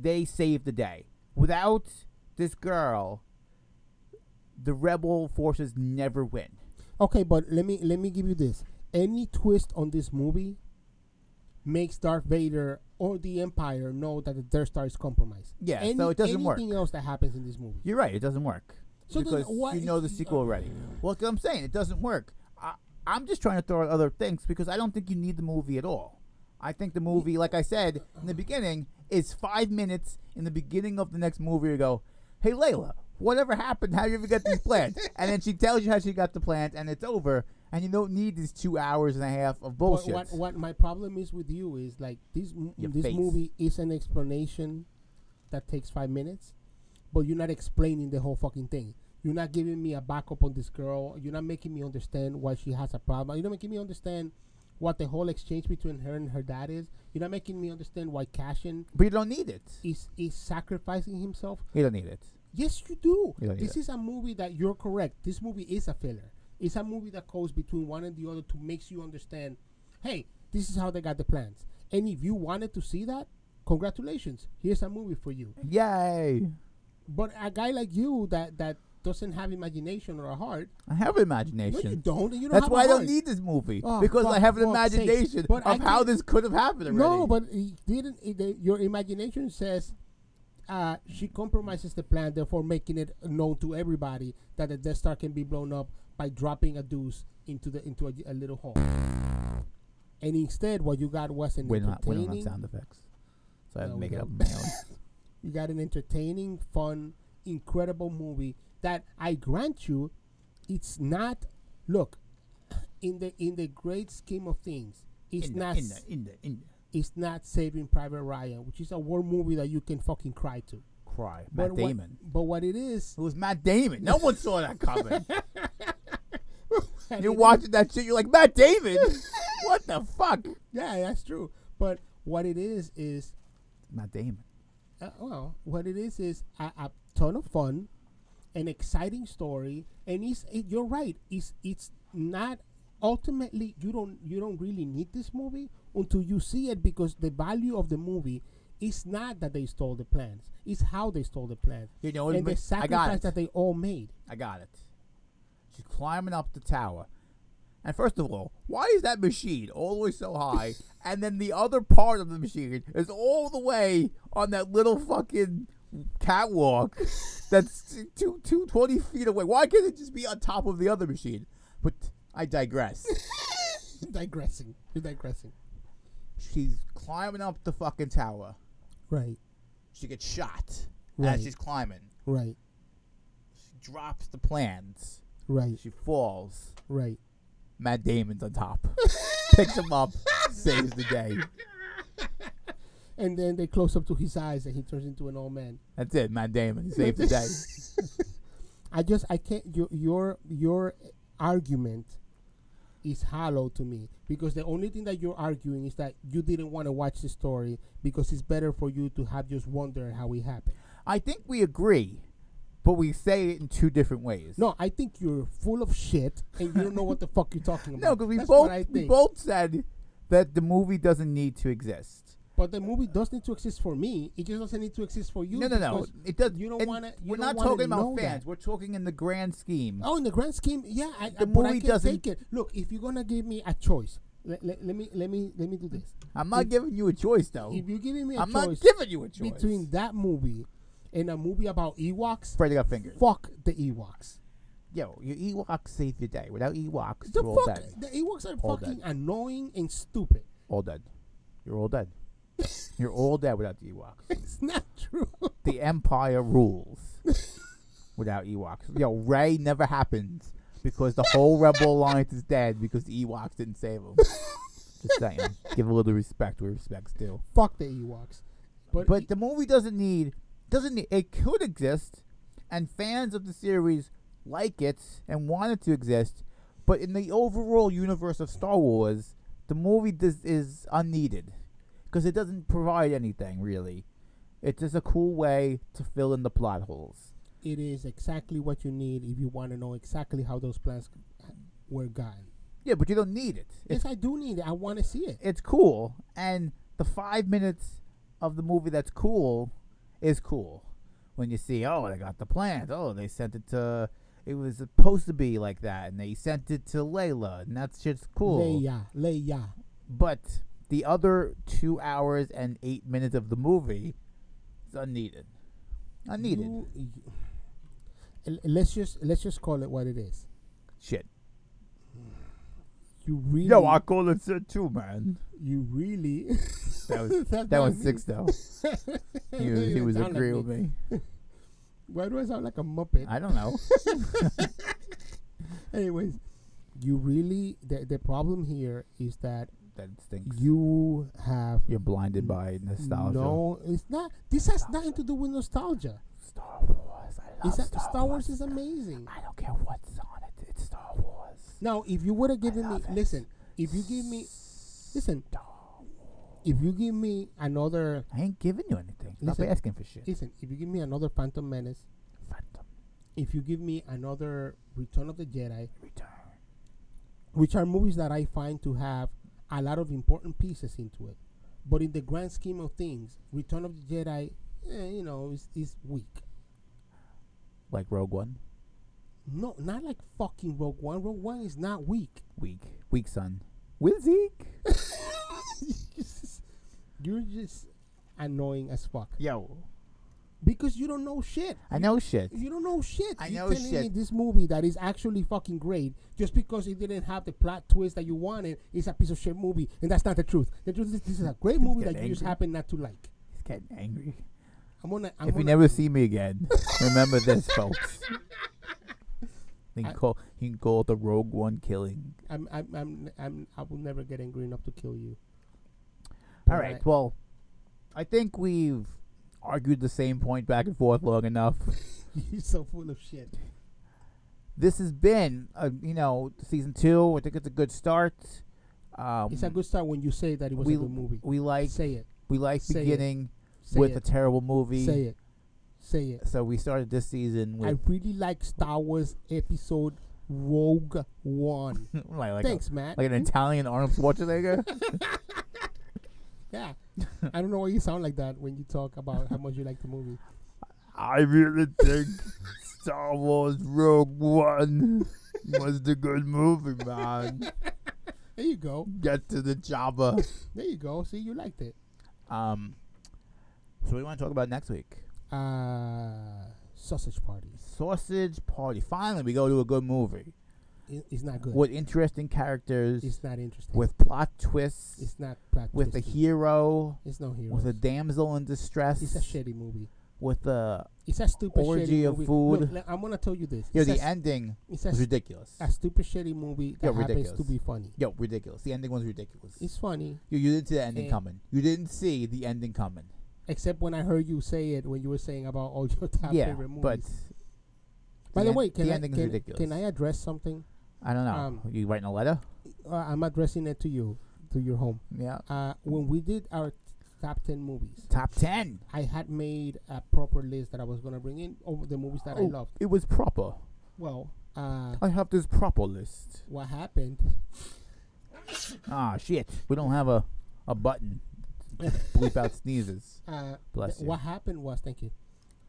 Speaker 1: they saved the day. Without this girl, the rebel forces never win.
Speaker 2: Okay, but let me let me give you this. Any twist on this movie makes Darth Vader or the Empire know that the Death Star is compromised.
Speaker 1: Yeah,
Speaker 2: Any-
Speaker 1: so it doesn't work.
Speaker 2: Anything else that happens in this movie?
Speaker 1: You're right. It doesn't work.
Speaker 2: So then
Speaker 1: because
Speaker 2: why-
Speaker 1: you know the sequel already. Well, 'cause I'm saying it doesn't work. I, I'm just trying to throw out other things because I don't think you need the movie at all. I think the movie, like I said in the beginning, is five minutes in the beginning of the next movie. You go, hey Layla, whatever happened? How you ever get
Speaker 2: [laughs]
Speaker 1: these plans? and then she tells you how she got the plans, and it's over. And you don't need these two hours and a half of
Speaker 2: What,
Speaker 1: bullshit.
Speaker 2: what what my problem is with you is like this m-
Speaker 1: Your
Speaker 2: this
Speaker 1: face.
Speaker 2: movie is an explanation that takes five minutes, but you're not explaining the whole fucking thing. You're not giving me a backup on this girl. You're not making me understand why she has a problem. You're not making me understand what the whole exchange between her and her dad is. You're not making me understand why Cashin
Speaker 1: But you don't need it.
Speaker 2: is is sacrificing himself.
Speaker 1: You don't need it.
Speaker 2: Yes, you do.
Speaker 1: You don't need
Speaker 2: this is a movie that you're correct. This movie is a filler. It's a movie that goes between one and the other to makes you understand. Hey, this is how they got the plans. And if you wanted to see that, congratulations. Here's a movie for you.
Speaker 1: Yay!
Speaker 2: But a guy like you that that doesn't have imagination or a heart,
Speaker 1: I have
Speaker 2: no,
Speaker 1: imagination.
Speaker 2: you don't. and You don't
Speaker 1: That's
Speaker 2: have
Speaker 1: why I
Speaker 2: I
Speaker 1: don't need this movie
Speaker 2: Oh,
Speaker 1: because I
Speaker 2: fuck,
Speaker 1: have an
Speaker 2: fuck's sakes.
Speaker 1: imagination
Speaker 2: But I
Speaker 1: of how
Speaker 2: can't-
Speaker 1: this could have happened. Already.
Speaker 2: No, but it didn't. It, the- your imagination says uh, she compromises the plan, therefore making it known to everybody that the Death Star can be blown up by dropping a deuce into the into a, a little hole. And instead, what you got was an
Speaker 1: we're not we're not on
Speaker 2: entertaining.
Speaker 1: sound effects, so I have to
Speaker 2: No, we
Speaker 1: make it up.
Speaker 2: don't.
Speaker 1: on
Speaker 2: [laughs]
Speaker 1: my own.
Speaker 2: you got an entertaining, fun, incredible movie that I grant you, it's not. Look, in the in the great scheme of things, it's
Speaker 1: In the-
Speaker 2: not
Speaker 1: in
Speaker 2: s-
Speaker 1: the- in the- in
Speaker 2: it's not Saving Private Ryan, which is a war movie that you can fucking cry to.
Speaker 1: the- cry,
Speaker 2: but
Speaker 1: Matt
Speaker 2: what-
Speaker 1: Damon.
Speaker 2: but what it is,
Speaker 1: [laughs]
Speaker 2: [laughs]
Speaker 1: It was Matt Damon. No one saw that coming.
Speaker 2: and
Speaker 1: You're
Speaker 2: it-
Speaker 1: watching that shit. You're like Matt Damon. what the fuck?
Speaker 2: [laughs] Yeah, that's true. But what it is is,
Speaker 1: Matt Damon.
Speaker 2: uh, well, what it is is a, a ton of fun, an exciting story, and it's it, you're right. It's it's not ultimately you don't you don't really need this movie until you see it because the value of the movie is not that they stole the plans. It's how they stole the plans.
Speaker 1: You know, it
Speaker 2: and
Speaker 1: ma-
Speaker 2: the
Speaker 1: I got
Speaker 2: sacrifice
Speaker 1: it.
Speaker 2: that they all made.
Speaker 1: I got it. She's climbing up the tower. And first of all, why is that machine always so high? and then the other part of the machine is all the way on that little fucking catwalk that's two, two, 20 feet away. Why can't it just be on top of the other machine? But I digress.
Speaker 2: digressing. You're digressing.
Speaker 1: she's climbing up the fucking tower.
Speaker 2: Right.
Speaker 1: She gets shot
Speaker 2: Right.
Speaker 1: as she's climbing.
Speaker 2: Right.
Speaker 1: She drops the plans.
Speaker 2: Right.
Speaker 1: She falls.
Speaker 2: Right.
Speaker 1: Matt Damon's on
Speaker 2: [laughs]
Speaker 1: top. Picks him up, saves the day.
Speaker 2: And then they close up to his eyes and he turns into an old man.
Speaker 1: That's it, Matt Damon. He saved the day.
Speaker 2: [laughs] I just I can't your your your argument is hollow to me because the only thing that you're arguing is that you didn't want to watch the story because it's better for you to have just wondered how it happened.
Speaker 1: I think we agree, but we say it in two different ways.
Speaker 2: No, I think you're full of shit and you don't know what the fuck you're talking
Speaker 1: [laughs]
Speaker 2: about.
Speaker 1: no, because we
Speaker 2: That's what I
Speaker 1: both we
Speaker 2: think.
Speaker 1: both said that the movie doesn't need to exist.
Speaker 2: but the movie does need to exist for me. It just doesn't need to exist for you.
Speaker 1: no, no, no.
Speaker 2: because-
Speaker 1: It does.
Speaker 2: you don't
Speaker 1: and
Speaker 2: wanna- you
Speaker 1: We're
Speaker 2: don't
Speaker 1: not
Speaker 2: wanna
Speaker 1: talking about
Speaker 2: know
Speaker 1: fans.
Speaker 2: that.
Speaker 1: We're talking in the grand scheme.
Speaker 2: Oh, in the grand scheme, yeah. I,
Speaker 1: The
Speaker 2: I, but I
Speaker 1: movie
Speaker 2: can
Speaker 1: doesn't-
Speaker 2: take it. Look, if you're gonna give me a choice, let, let, let me let me let me do this.
Speaker 1: I'm not
Speaker 2: if-
Speaker 1: giving you a choice though.
Speaker 2: If you're giving me a
Speaker 1: Oh. I'm not
Speaker 2: choice
Speaker 1: giving you a choice.
Speaker 2: between that movie and a movie about Ewoks,
Speaker 1: Freddy got fingers.
Speaker 2: fuck the Ewoks.
Speaker 1: Yo, your Ewoks saved your day. Without Ewoks,
Speaker 2: The
Speaker 1: you're all
Speaker 2: fuck,
Speaker 1: dead.
Speaker 2: the Ewoks are
Speaker 1: All
Speaker 2: fucking annoying and stupid.
Speaker 1: All dead. You're all dead. you're all dead without the Ewoks.
Speaker 2: It's not [laughs] true.
Speaker 1: the Empire rules without Ewoks. Yo, Ray never happens because the whole Rebel Alliance is dead because the Ewoks didn't save them. Just saying, give a little respect where respect's due.
Speaker 2: fuck the Ewoks. But,
Speaker 1: But the movie doesn't need doesn't need, it could exist, and fans of the series like it and want it to exist. But in the overall universe of Star Wars, the movie does, is unneeded because it doesn't provide anything really. It's just a cool way to fill in the plot holes.
Speaker 2: it is exactly what you need if you want to know exactly how those plans were gotten.
Speaker 1: Yeah, but you don't need it. It's,
Speaker 2: Yes, I do need it. I want to see it.
Speaker 1: it's cool, and the five minutes of the movie that's cool is cool. When you see, oh, they got the plans. Oh, they sent it to it was supposed to be like that, and they sent it to Layla, and that shit's cool.
Speaker 2: Leia, Leia.
Speaker 1: But the other two hours and eight minutes of the movie is unneeded. Unneeded.
Speaker 2: You- you- l- let's just let's just call it what it is.
Speaker 1: Shit.
Speaker 2: You really,
Speaker 1: No, I call it shit too, man.
Speaker 2: you really. [laughs]
Speaker 1: That was
Speaker 2: That's
Speaker 1: that
Speaker 2: not
Speaker 1: was
Speaker 2: me.
Speaker 1: six though. He was,
Speaker 2: You
Speaker 1: he was
Speaker 2: sound like
Speaker 1: agreeing with me.
Speaker 2: Why do I sound like a muppet?
Speaker 1: I don't know.
Speaker 2: Anyways, you really the the problem here is that
Speaker 1: that stinks.
Speaker 2: you have
Speaker 1: You're blinded by nostalgia.
Speaker 2: no. It's not. This has nothing to do with nostalgia.
Speaker 1: Star Wars. I love
Speaker 2: Is that
Speaker 1: Star,
Speaker 2: Star Wars is amazing.
Speaker 1: I don't care what's on it. It's Star Wars.
Speaker 2: Now, if you would have given me,
Speaker 1: love it.
Speaker 2: listen, if you give me, listen, if you give me another,
Speaker 1: I ain't giving you anything. Stop
Speaker 2: Listen.
Speaker 1: asking for shit.
Speaker 2: listen, if you give me another Phantom Menace,
Speaker 1: Phantom
Speaker 2: if you give me another Return of the Jedi,
Speaker 1: Return.
Speaker 2: which are movies that I find to have a lot of important pieces into it, but in the grand scheme of things, Return of the Jedi, eh, you know, is is weak.
Speaker 1: Like Rogue One.
Speaker 2: No, not like fucking Rogue One. Rogue One is not weak. [laughs]
Speaker 1: Weak. Weak son. Will Zeke.
Speaker 2: You're just annoying as fuck
Speaker 1: Yo.
Speaker 2: because you don't know shit.
Speaker 1: I know shit.
Speaker 2: You don't know shit.
Speaker 1: I
Speaker 2: You're
Speaker 1: know
Speaker 2: telling
Speaker 1: shit.
Speaker 2: me this movie that is actually fucking great just because it didn't have the plot twist that you wanted is a piece of shit movie, and that's not the truth. The truth is this is a great movie that
Speaker 1: Get
Speaker 2: you just
Speaker 1: angry.
Speaker 2: happen not to like.
Speaker 1: He's getting angry.
Speaker 2: I'm gonna. I'm
Speaker 1: if you
Speaker 2: gonna-
Speaker 1: never see me again, remember this,
Speaker 2: [laughs]
Speaker 1: folks. You can
Speaker 2: I-
Speaker 1: call you can call it the Rogue One killing.
Speaker 2: I'm, I'm, I'm, I'm, I will never get angry enough to kill you.
Speaker 1: All right. Well, I think we've argued the same point back and forth long enough.
Speaker 2: [laughs] You're so full of shit.
Speaker 1: This has been, uh, you know, season two. I think it's a good start. Um,
Speaker 2: It's a good start when you say that it was
Speaker 1: we,
Speaker 2: a good movie.
Speaker 1: We like
Speaker 2: say it.
Speaker 1: we like
Speaker 2: say it.
Speaker 1: beginning
Speaker 2: Say
Speaker 1: with a
Speaker 2: it.
Speaker 1: terrible movie.
Speaker 2: say it. Say it.
Speaker 1: So we started this season
Speaker 2: I
Speaker 1: with [laughs]
Speaker 2: really like Star Wars Episode Rogue One.
Speaker 1: like like, a-
Speaker 2: Thanks, Hmm? Matt.
Speaker 1: like an Italian Arnold Schwarzenegger.
Speaker 2: [laughs] Yeah. I don't know why you sound like that when you talk about how much you like the movie.
Speaker 1: I really think Star Wars Rogue
Speaker 2: [laughs]
Speaker 1: One was the good movie, man.
Speaker 2: There you go.
Speaker 1: Get to the Java.
Speaker 2: There you go. See, you liked it.
Speaker 1: Um, so what do you want to talk about next week?
Speaker 2: Uh, sausage parties.
Speaker 1: Sausage Party. Finally, we go to a good movie
Speaker 2: I- It's not good.
Speaker 1: with interesting characters,
Speaker 2: It's not interesting.
Speaker 1: with plot twists,
Speaker 2: it's not plot
Speaker 1: with a
Speaker 2: twisty.
Speaker 1: hero,
Speaker 2: It's no hero.
Speaker 1: with a damsel in distress,
Speaker 2: It's a shitty movie.
Speaker 1: with a
Speaker 2: It's a stupid
Speaker 1: Orgy
Speaker 2: shitty
Speaker 1: of
Speaker 2: movie.
Speaker 1: food.
Speaker 2: Look, le- I'm gonna tell you this.
Speaker 1: yo.
Speaker 2: It's a
Speaker 1: The
Speaker 2: s-
Speaker 1: ending
Speaker 2: It's a,
Speaker 1: was
Speaker 2: s-
Speaker 1: ridiculous.
Speaker 2: a stupid shitty movie that
Speaker 1: Yo,
Speaker 2: happens to
Speaker 1: ridiculous.
Speaker 2: be funny.
Speaker 1: Yo, ridiculous. The ending was ridiculous.
Speaker 2: It's funny,
Speaker 1: You, you didn't see the ending
Speaker 2: Eh.
Speaker 1: coming. You didn't see the ending coming.
Speaker 2: except when I heard you say it when you were saying about all [laughs] your top
Speaker 1: yeah,
Speaker 2: favorite movies.
Speaker 1: but
Speaker 2: by the
Speaker 1: en-
Speaker 2: way, can
Speaker 1: the
Speaker 2: I
Speaker 1: ending is
Speaker 2: can,
Speaker 1: ridiculous.
Speaker 2: can I address something?
Speaker 1: I don't know.
Speaker 2: um,
Speaker 1: you writing a letter?
Speaker 2: Uh, I'm addressing it to you, to your home.
Speaker 1: Yeah.
Speaker 2: Uh, when we did our t- top ten movies,
Speaker 1: Top ten.
Speaker 2: I had made a proper list that I was gonna bring in of the movies that I
Speaker 1: Oh,
Speaker 2: loved.
Speaker 1: It was proper.
Speaker 2: Well, uh,
Speaker 1: I have this proper list.
Speaker 2: what happened?
Speaker 1: Ah, shit. We don't have a, a button. to Bleep out sneezes.
Speaker 2: Uh,
Speaker 1: Bless
Speaker 2: th-
Speaker 1: you.
Speaker 2: what happened was, thank you.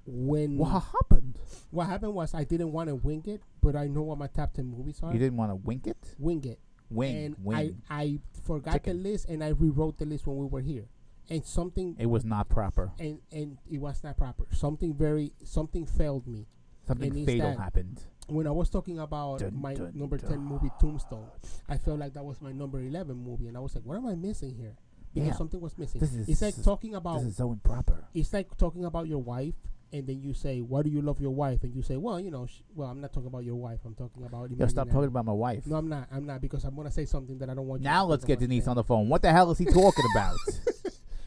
Speaker 2: When
Speaker 1: What happened?
Speaker 2: What happened was I didn't want to wing it, but I know what my top ten movies are.
Speaker 1: You didn't want to wink it?
Speaker 2: wing it,
Speaker 1: Wing,
Speaker 2: and
Speaker 1: wing.
Speaker 2: I I forgot
Speaker 1: Chicken.
Speaker 2: the list and I rewrote the list when we were here, and something
Speaker 1: it was not proper.
Speaker 2: and and it was not proper. Something very something failed me and
Speaker 1: Something
Speaker 2: it's
Speaker 1: fatal
Speaker 2: that-
Speaker 1: happened.
Speaker 2: when I was talking about
Speaker 1: Dun,
Speaker 2: my
Speaker 1: dun,
Speaker 2: number ten movie Tombstone. I felt like that was my number eleven movie, and I was like, what am I missing here? Because
Speaker 1: Yeah.
Speaker 2: something was missing.
Speaker 1: This is-
Speaker 2: it's like talking about
Speaker 1: This is so improper.
Speaker 2: it's like talking about your wife and then you say why do you love your wife and you say well you know sh- well i'm not talking about your wife i'm talking about
Speaker 1: Yo, stop
Speaker 2: imaginary-
Speaker 1: talking about my wife.
Speaker 2: No, I'm not. I'm not because I'm gonna say something that I don't want.
Speaker 1: Now let's get Denise
Speaker 2: on.
Speaker 1: on the phone. What the hell is he talking about?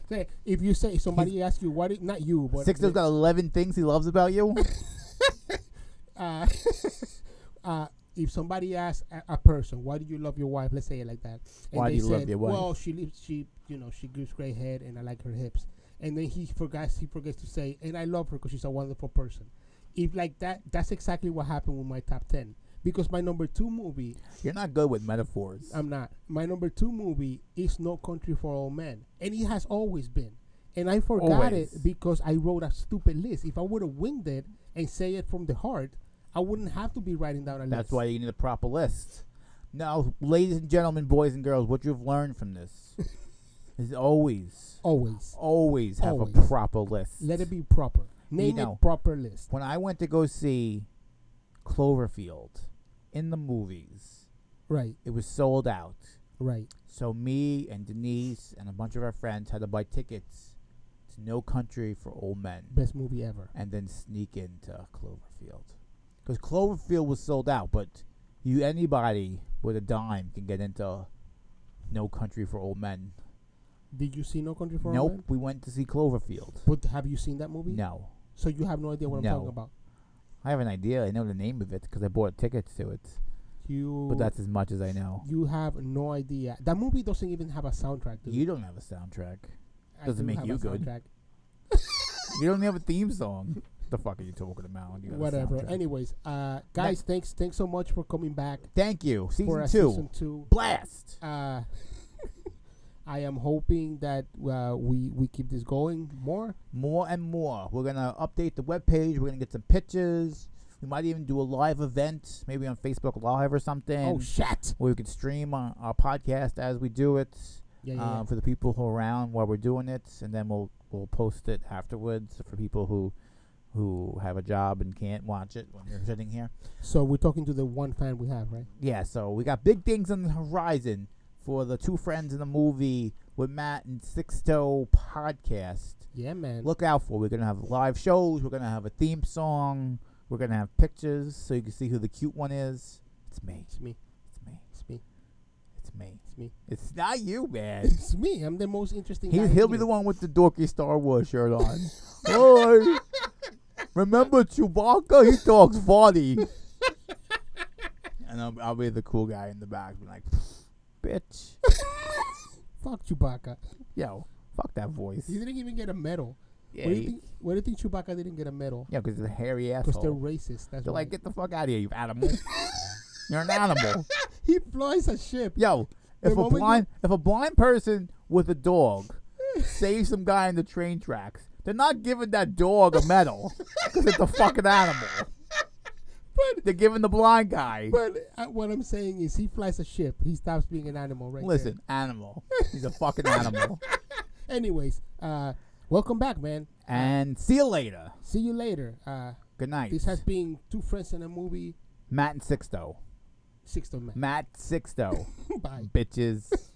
Speaker 2: Say, if you say somebody asks you [laughs] what, it, not you, but
Speaker 1: Sixto's got 11 things he loves about
Speaker 2: [laughs]
Speaker 1: you?
Speaker 2: uh, [laughs] uh, if somebody asks a, a person, why do you love your wife? Let's say it like that. And
Speaker 1: Why do
Speaker 2: they
Speaker 1: you love
Speaker 2: said,
Speaker 1: your wife?
Speaker 2: Well, she lives. She, you know, she gives great head, and I like her hips. And then he forgets. He forgets to say, and I love her because she's a wonderful person. If like that, that's exactly what happened with my top ten. Because my number two movie
Speaker 1: You're not good with metaphors.
Speaker 2: I'm not. My number two movie is No Country for Old Men, and it has always been. And I forgot
Speaker 1: Always.
Speaker 2: it because I wrote a stupid list. If I would have winged it and say it from the heart, I wouldn't have to be writing down a list.
Speaker 1: That's why you need a proper list. Now, ladies and gentlemen, boys and girls, what you've learned from
Speaker 2: [laughs]
Speaker 1: this is always,
Speaker 2: Always.
Speaker 1: always have a
Speaker 2: Always.
Speaker 1: proper list.
Speaker 2: Let it be proper. Name
Speaker 1: know.
Speaker 2: it proper list.
Speaker 1: When I went to go see Cloverfield in the movies,
Speaker 2: Right,
Speaker 1: it was sold out.
Speaker 2: right.
Speaker 1: So me and Denise and a bunch of our friends had to buy tickets to No Country for Old Men
Speaker 2: Best movie ever.
Speaker 1: and then sneak into Cloverfield. Because Cloverfield was sold out, but you anybody with a dime can get into No Country for Old Men.
Speaker 2: Did you see No Country for Old
Speaker 1: nope,
Speaker 2: Men?
Speaker 1: we went to see Cloverfield.
Speaker 2: But have you seen that movie?
Speaker 1: No.
Speaker 2: So you have no idea what I'm
Speaker 1: No.
Speaker 2: talking about.
Speaker 1: I have an idea. I know the name of it because I bought tickets to it.
Speaker 2: You
Speaker 1: But that's as much as I know.
Speaker 2: you have no idea. That movie doesn't even have a soundtrack, dude.
Speaker 1: You don't have a soundtrack.
Speaker 2: I
Speaker 1: doesn't
Speaker 2: do
Speaker 1: make
Speaker 2: have
Speaker 1: you
Speaker 2: a
Speaker 1: good.
Speaker 2: soundtrack.
Speaker 1: You don't have a theme
Speaker 2: [laughs]
Speaker 1: song. the fuck are you talking about? You got a
Speaker 2: Whatever.
Speaker 1: soundtrack.
Speaker 2: Anyways, uh, guys, thanks thanks so much for coming back
Speaker 1: Thank you.
Speaker 2: for
Speaker 1: Season
Speaker 2: uh,
Speaker 1: two.
Speaker 2: season two.
Speaker 1: Blast.
Speaker 2: Uh, [laughs] I am hoping that uh, we we keep this going more.
Speaker 1: More and more. We're gonna update the webpage. We're gonna get some pictures. We might even do a live event, maybe on Facebook Live or something.
Speaker 2: oh shit!
Speaker 1: where we can stream our, our podcast as we do it
Speaker 2: Yeah, yeah, yeah.
Speaker 1: um, for the people who are around while we're doing it, and then we'll we'll post it afterwards for people who who have a job and can't watch it when they're sitting here.
Speaker 2: So we're talking to the one fan we have, right?
Speaker 1: Yeah, so we got big things on the horizon for the two friends in the movie with Matt and Sixto podcast.
Speaker 2: Yeah, man.
Speaker 1: Look out for. We're gonna have live shows. We're gonna have a theme song. We're gonna have pictures so you can see who the cute one is. It's me.
Speaker 2: it's me.
Speaker 1: It's me.
Speaker 2: It's me.
Speaker 1: It's me.
Speaker 2: It's me. [coughs]
Speaker 1: It's not you, man.
Speaker 2: It's me. I'm the most interesting.
Speaker 1: He,
Speaker 2: guy
Speaker 1: he'll be
Speaker 2: here.
Speaker 1: the one with the dorky Star Wars shirt on.
Speaker 2: [laughs]
Speaker 1: Hi. Remember Chewbacca? He talks funny. and I'll, I'll be the cool guy in the back, be like, bitch,
Speaker 2: Fuck Chewbacca.
Speaker 1: yo, fuck that voice.
Speaker 2: He didn't even get a medal.
Speaker 1: Yeah,
Speaker 2: What do you
Speaker 1: he-
Speaker 2: think? What do you think Chewbacca didn't get a medal?
Speaker 1: yeah, because he's a hairy
Speaker 2: Because they're
Speaker 1: asshole.
Speaker 2: racist. That's
Speaker 1: They're
Speaker 2: why.
Speaker 1: like, get the fuck out of here, you
Speaker 2: [laughs]
Speaker 1: animal. You're an animal.
Speaker 2: he flies a ship.
Speaker 1: Yo,
Speaker 2: The
Speaker 1: if a
Speaker 2: moment you-
Speaker 1: blind if a blind person with a dog saves some guy in the train tracks, they're not giving that dog a
Speaker 2: [laughs]
Speaker 1: medal because it's a fucking animal.
Speaker 2: But
Speaker 1: They're giving the blind guy.
Speaker 2: but uh, what I'm saying is, he flies a ship. He stops being an animal, right? there.
Speaker 1: Listen, animal. He's a fucking
Speaker 2: [laughs]
Speaker 1: animal.
Speaker 2: Anyways, uh, welcome back, man.
Speaker 1: and see you later.
Speaker 2: See you later. Uh,
Speaker 1: Good night.
Speaker 2: this has been two friends in a movie.
Speaker 1: Matt and Sixto.
Speaker 2: Sixth of man.
Speaker 1: Matt Sixto.
Speaker 2: [laughs] Bye.
Speaker 1: Bitches.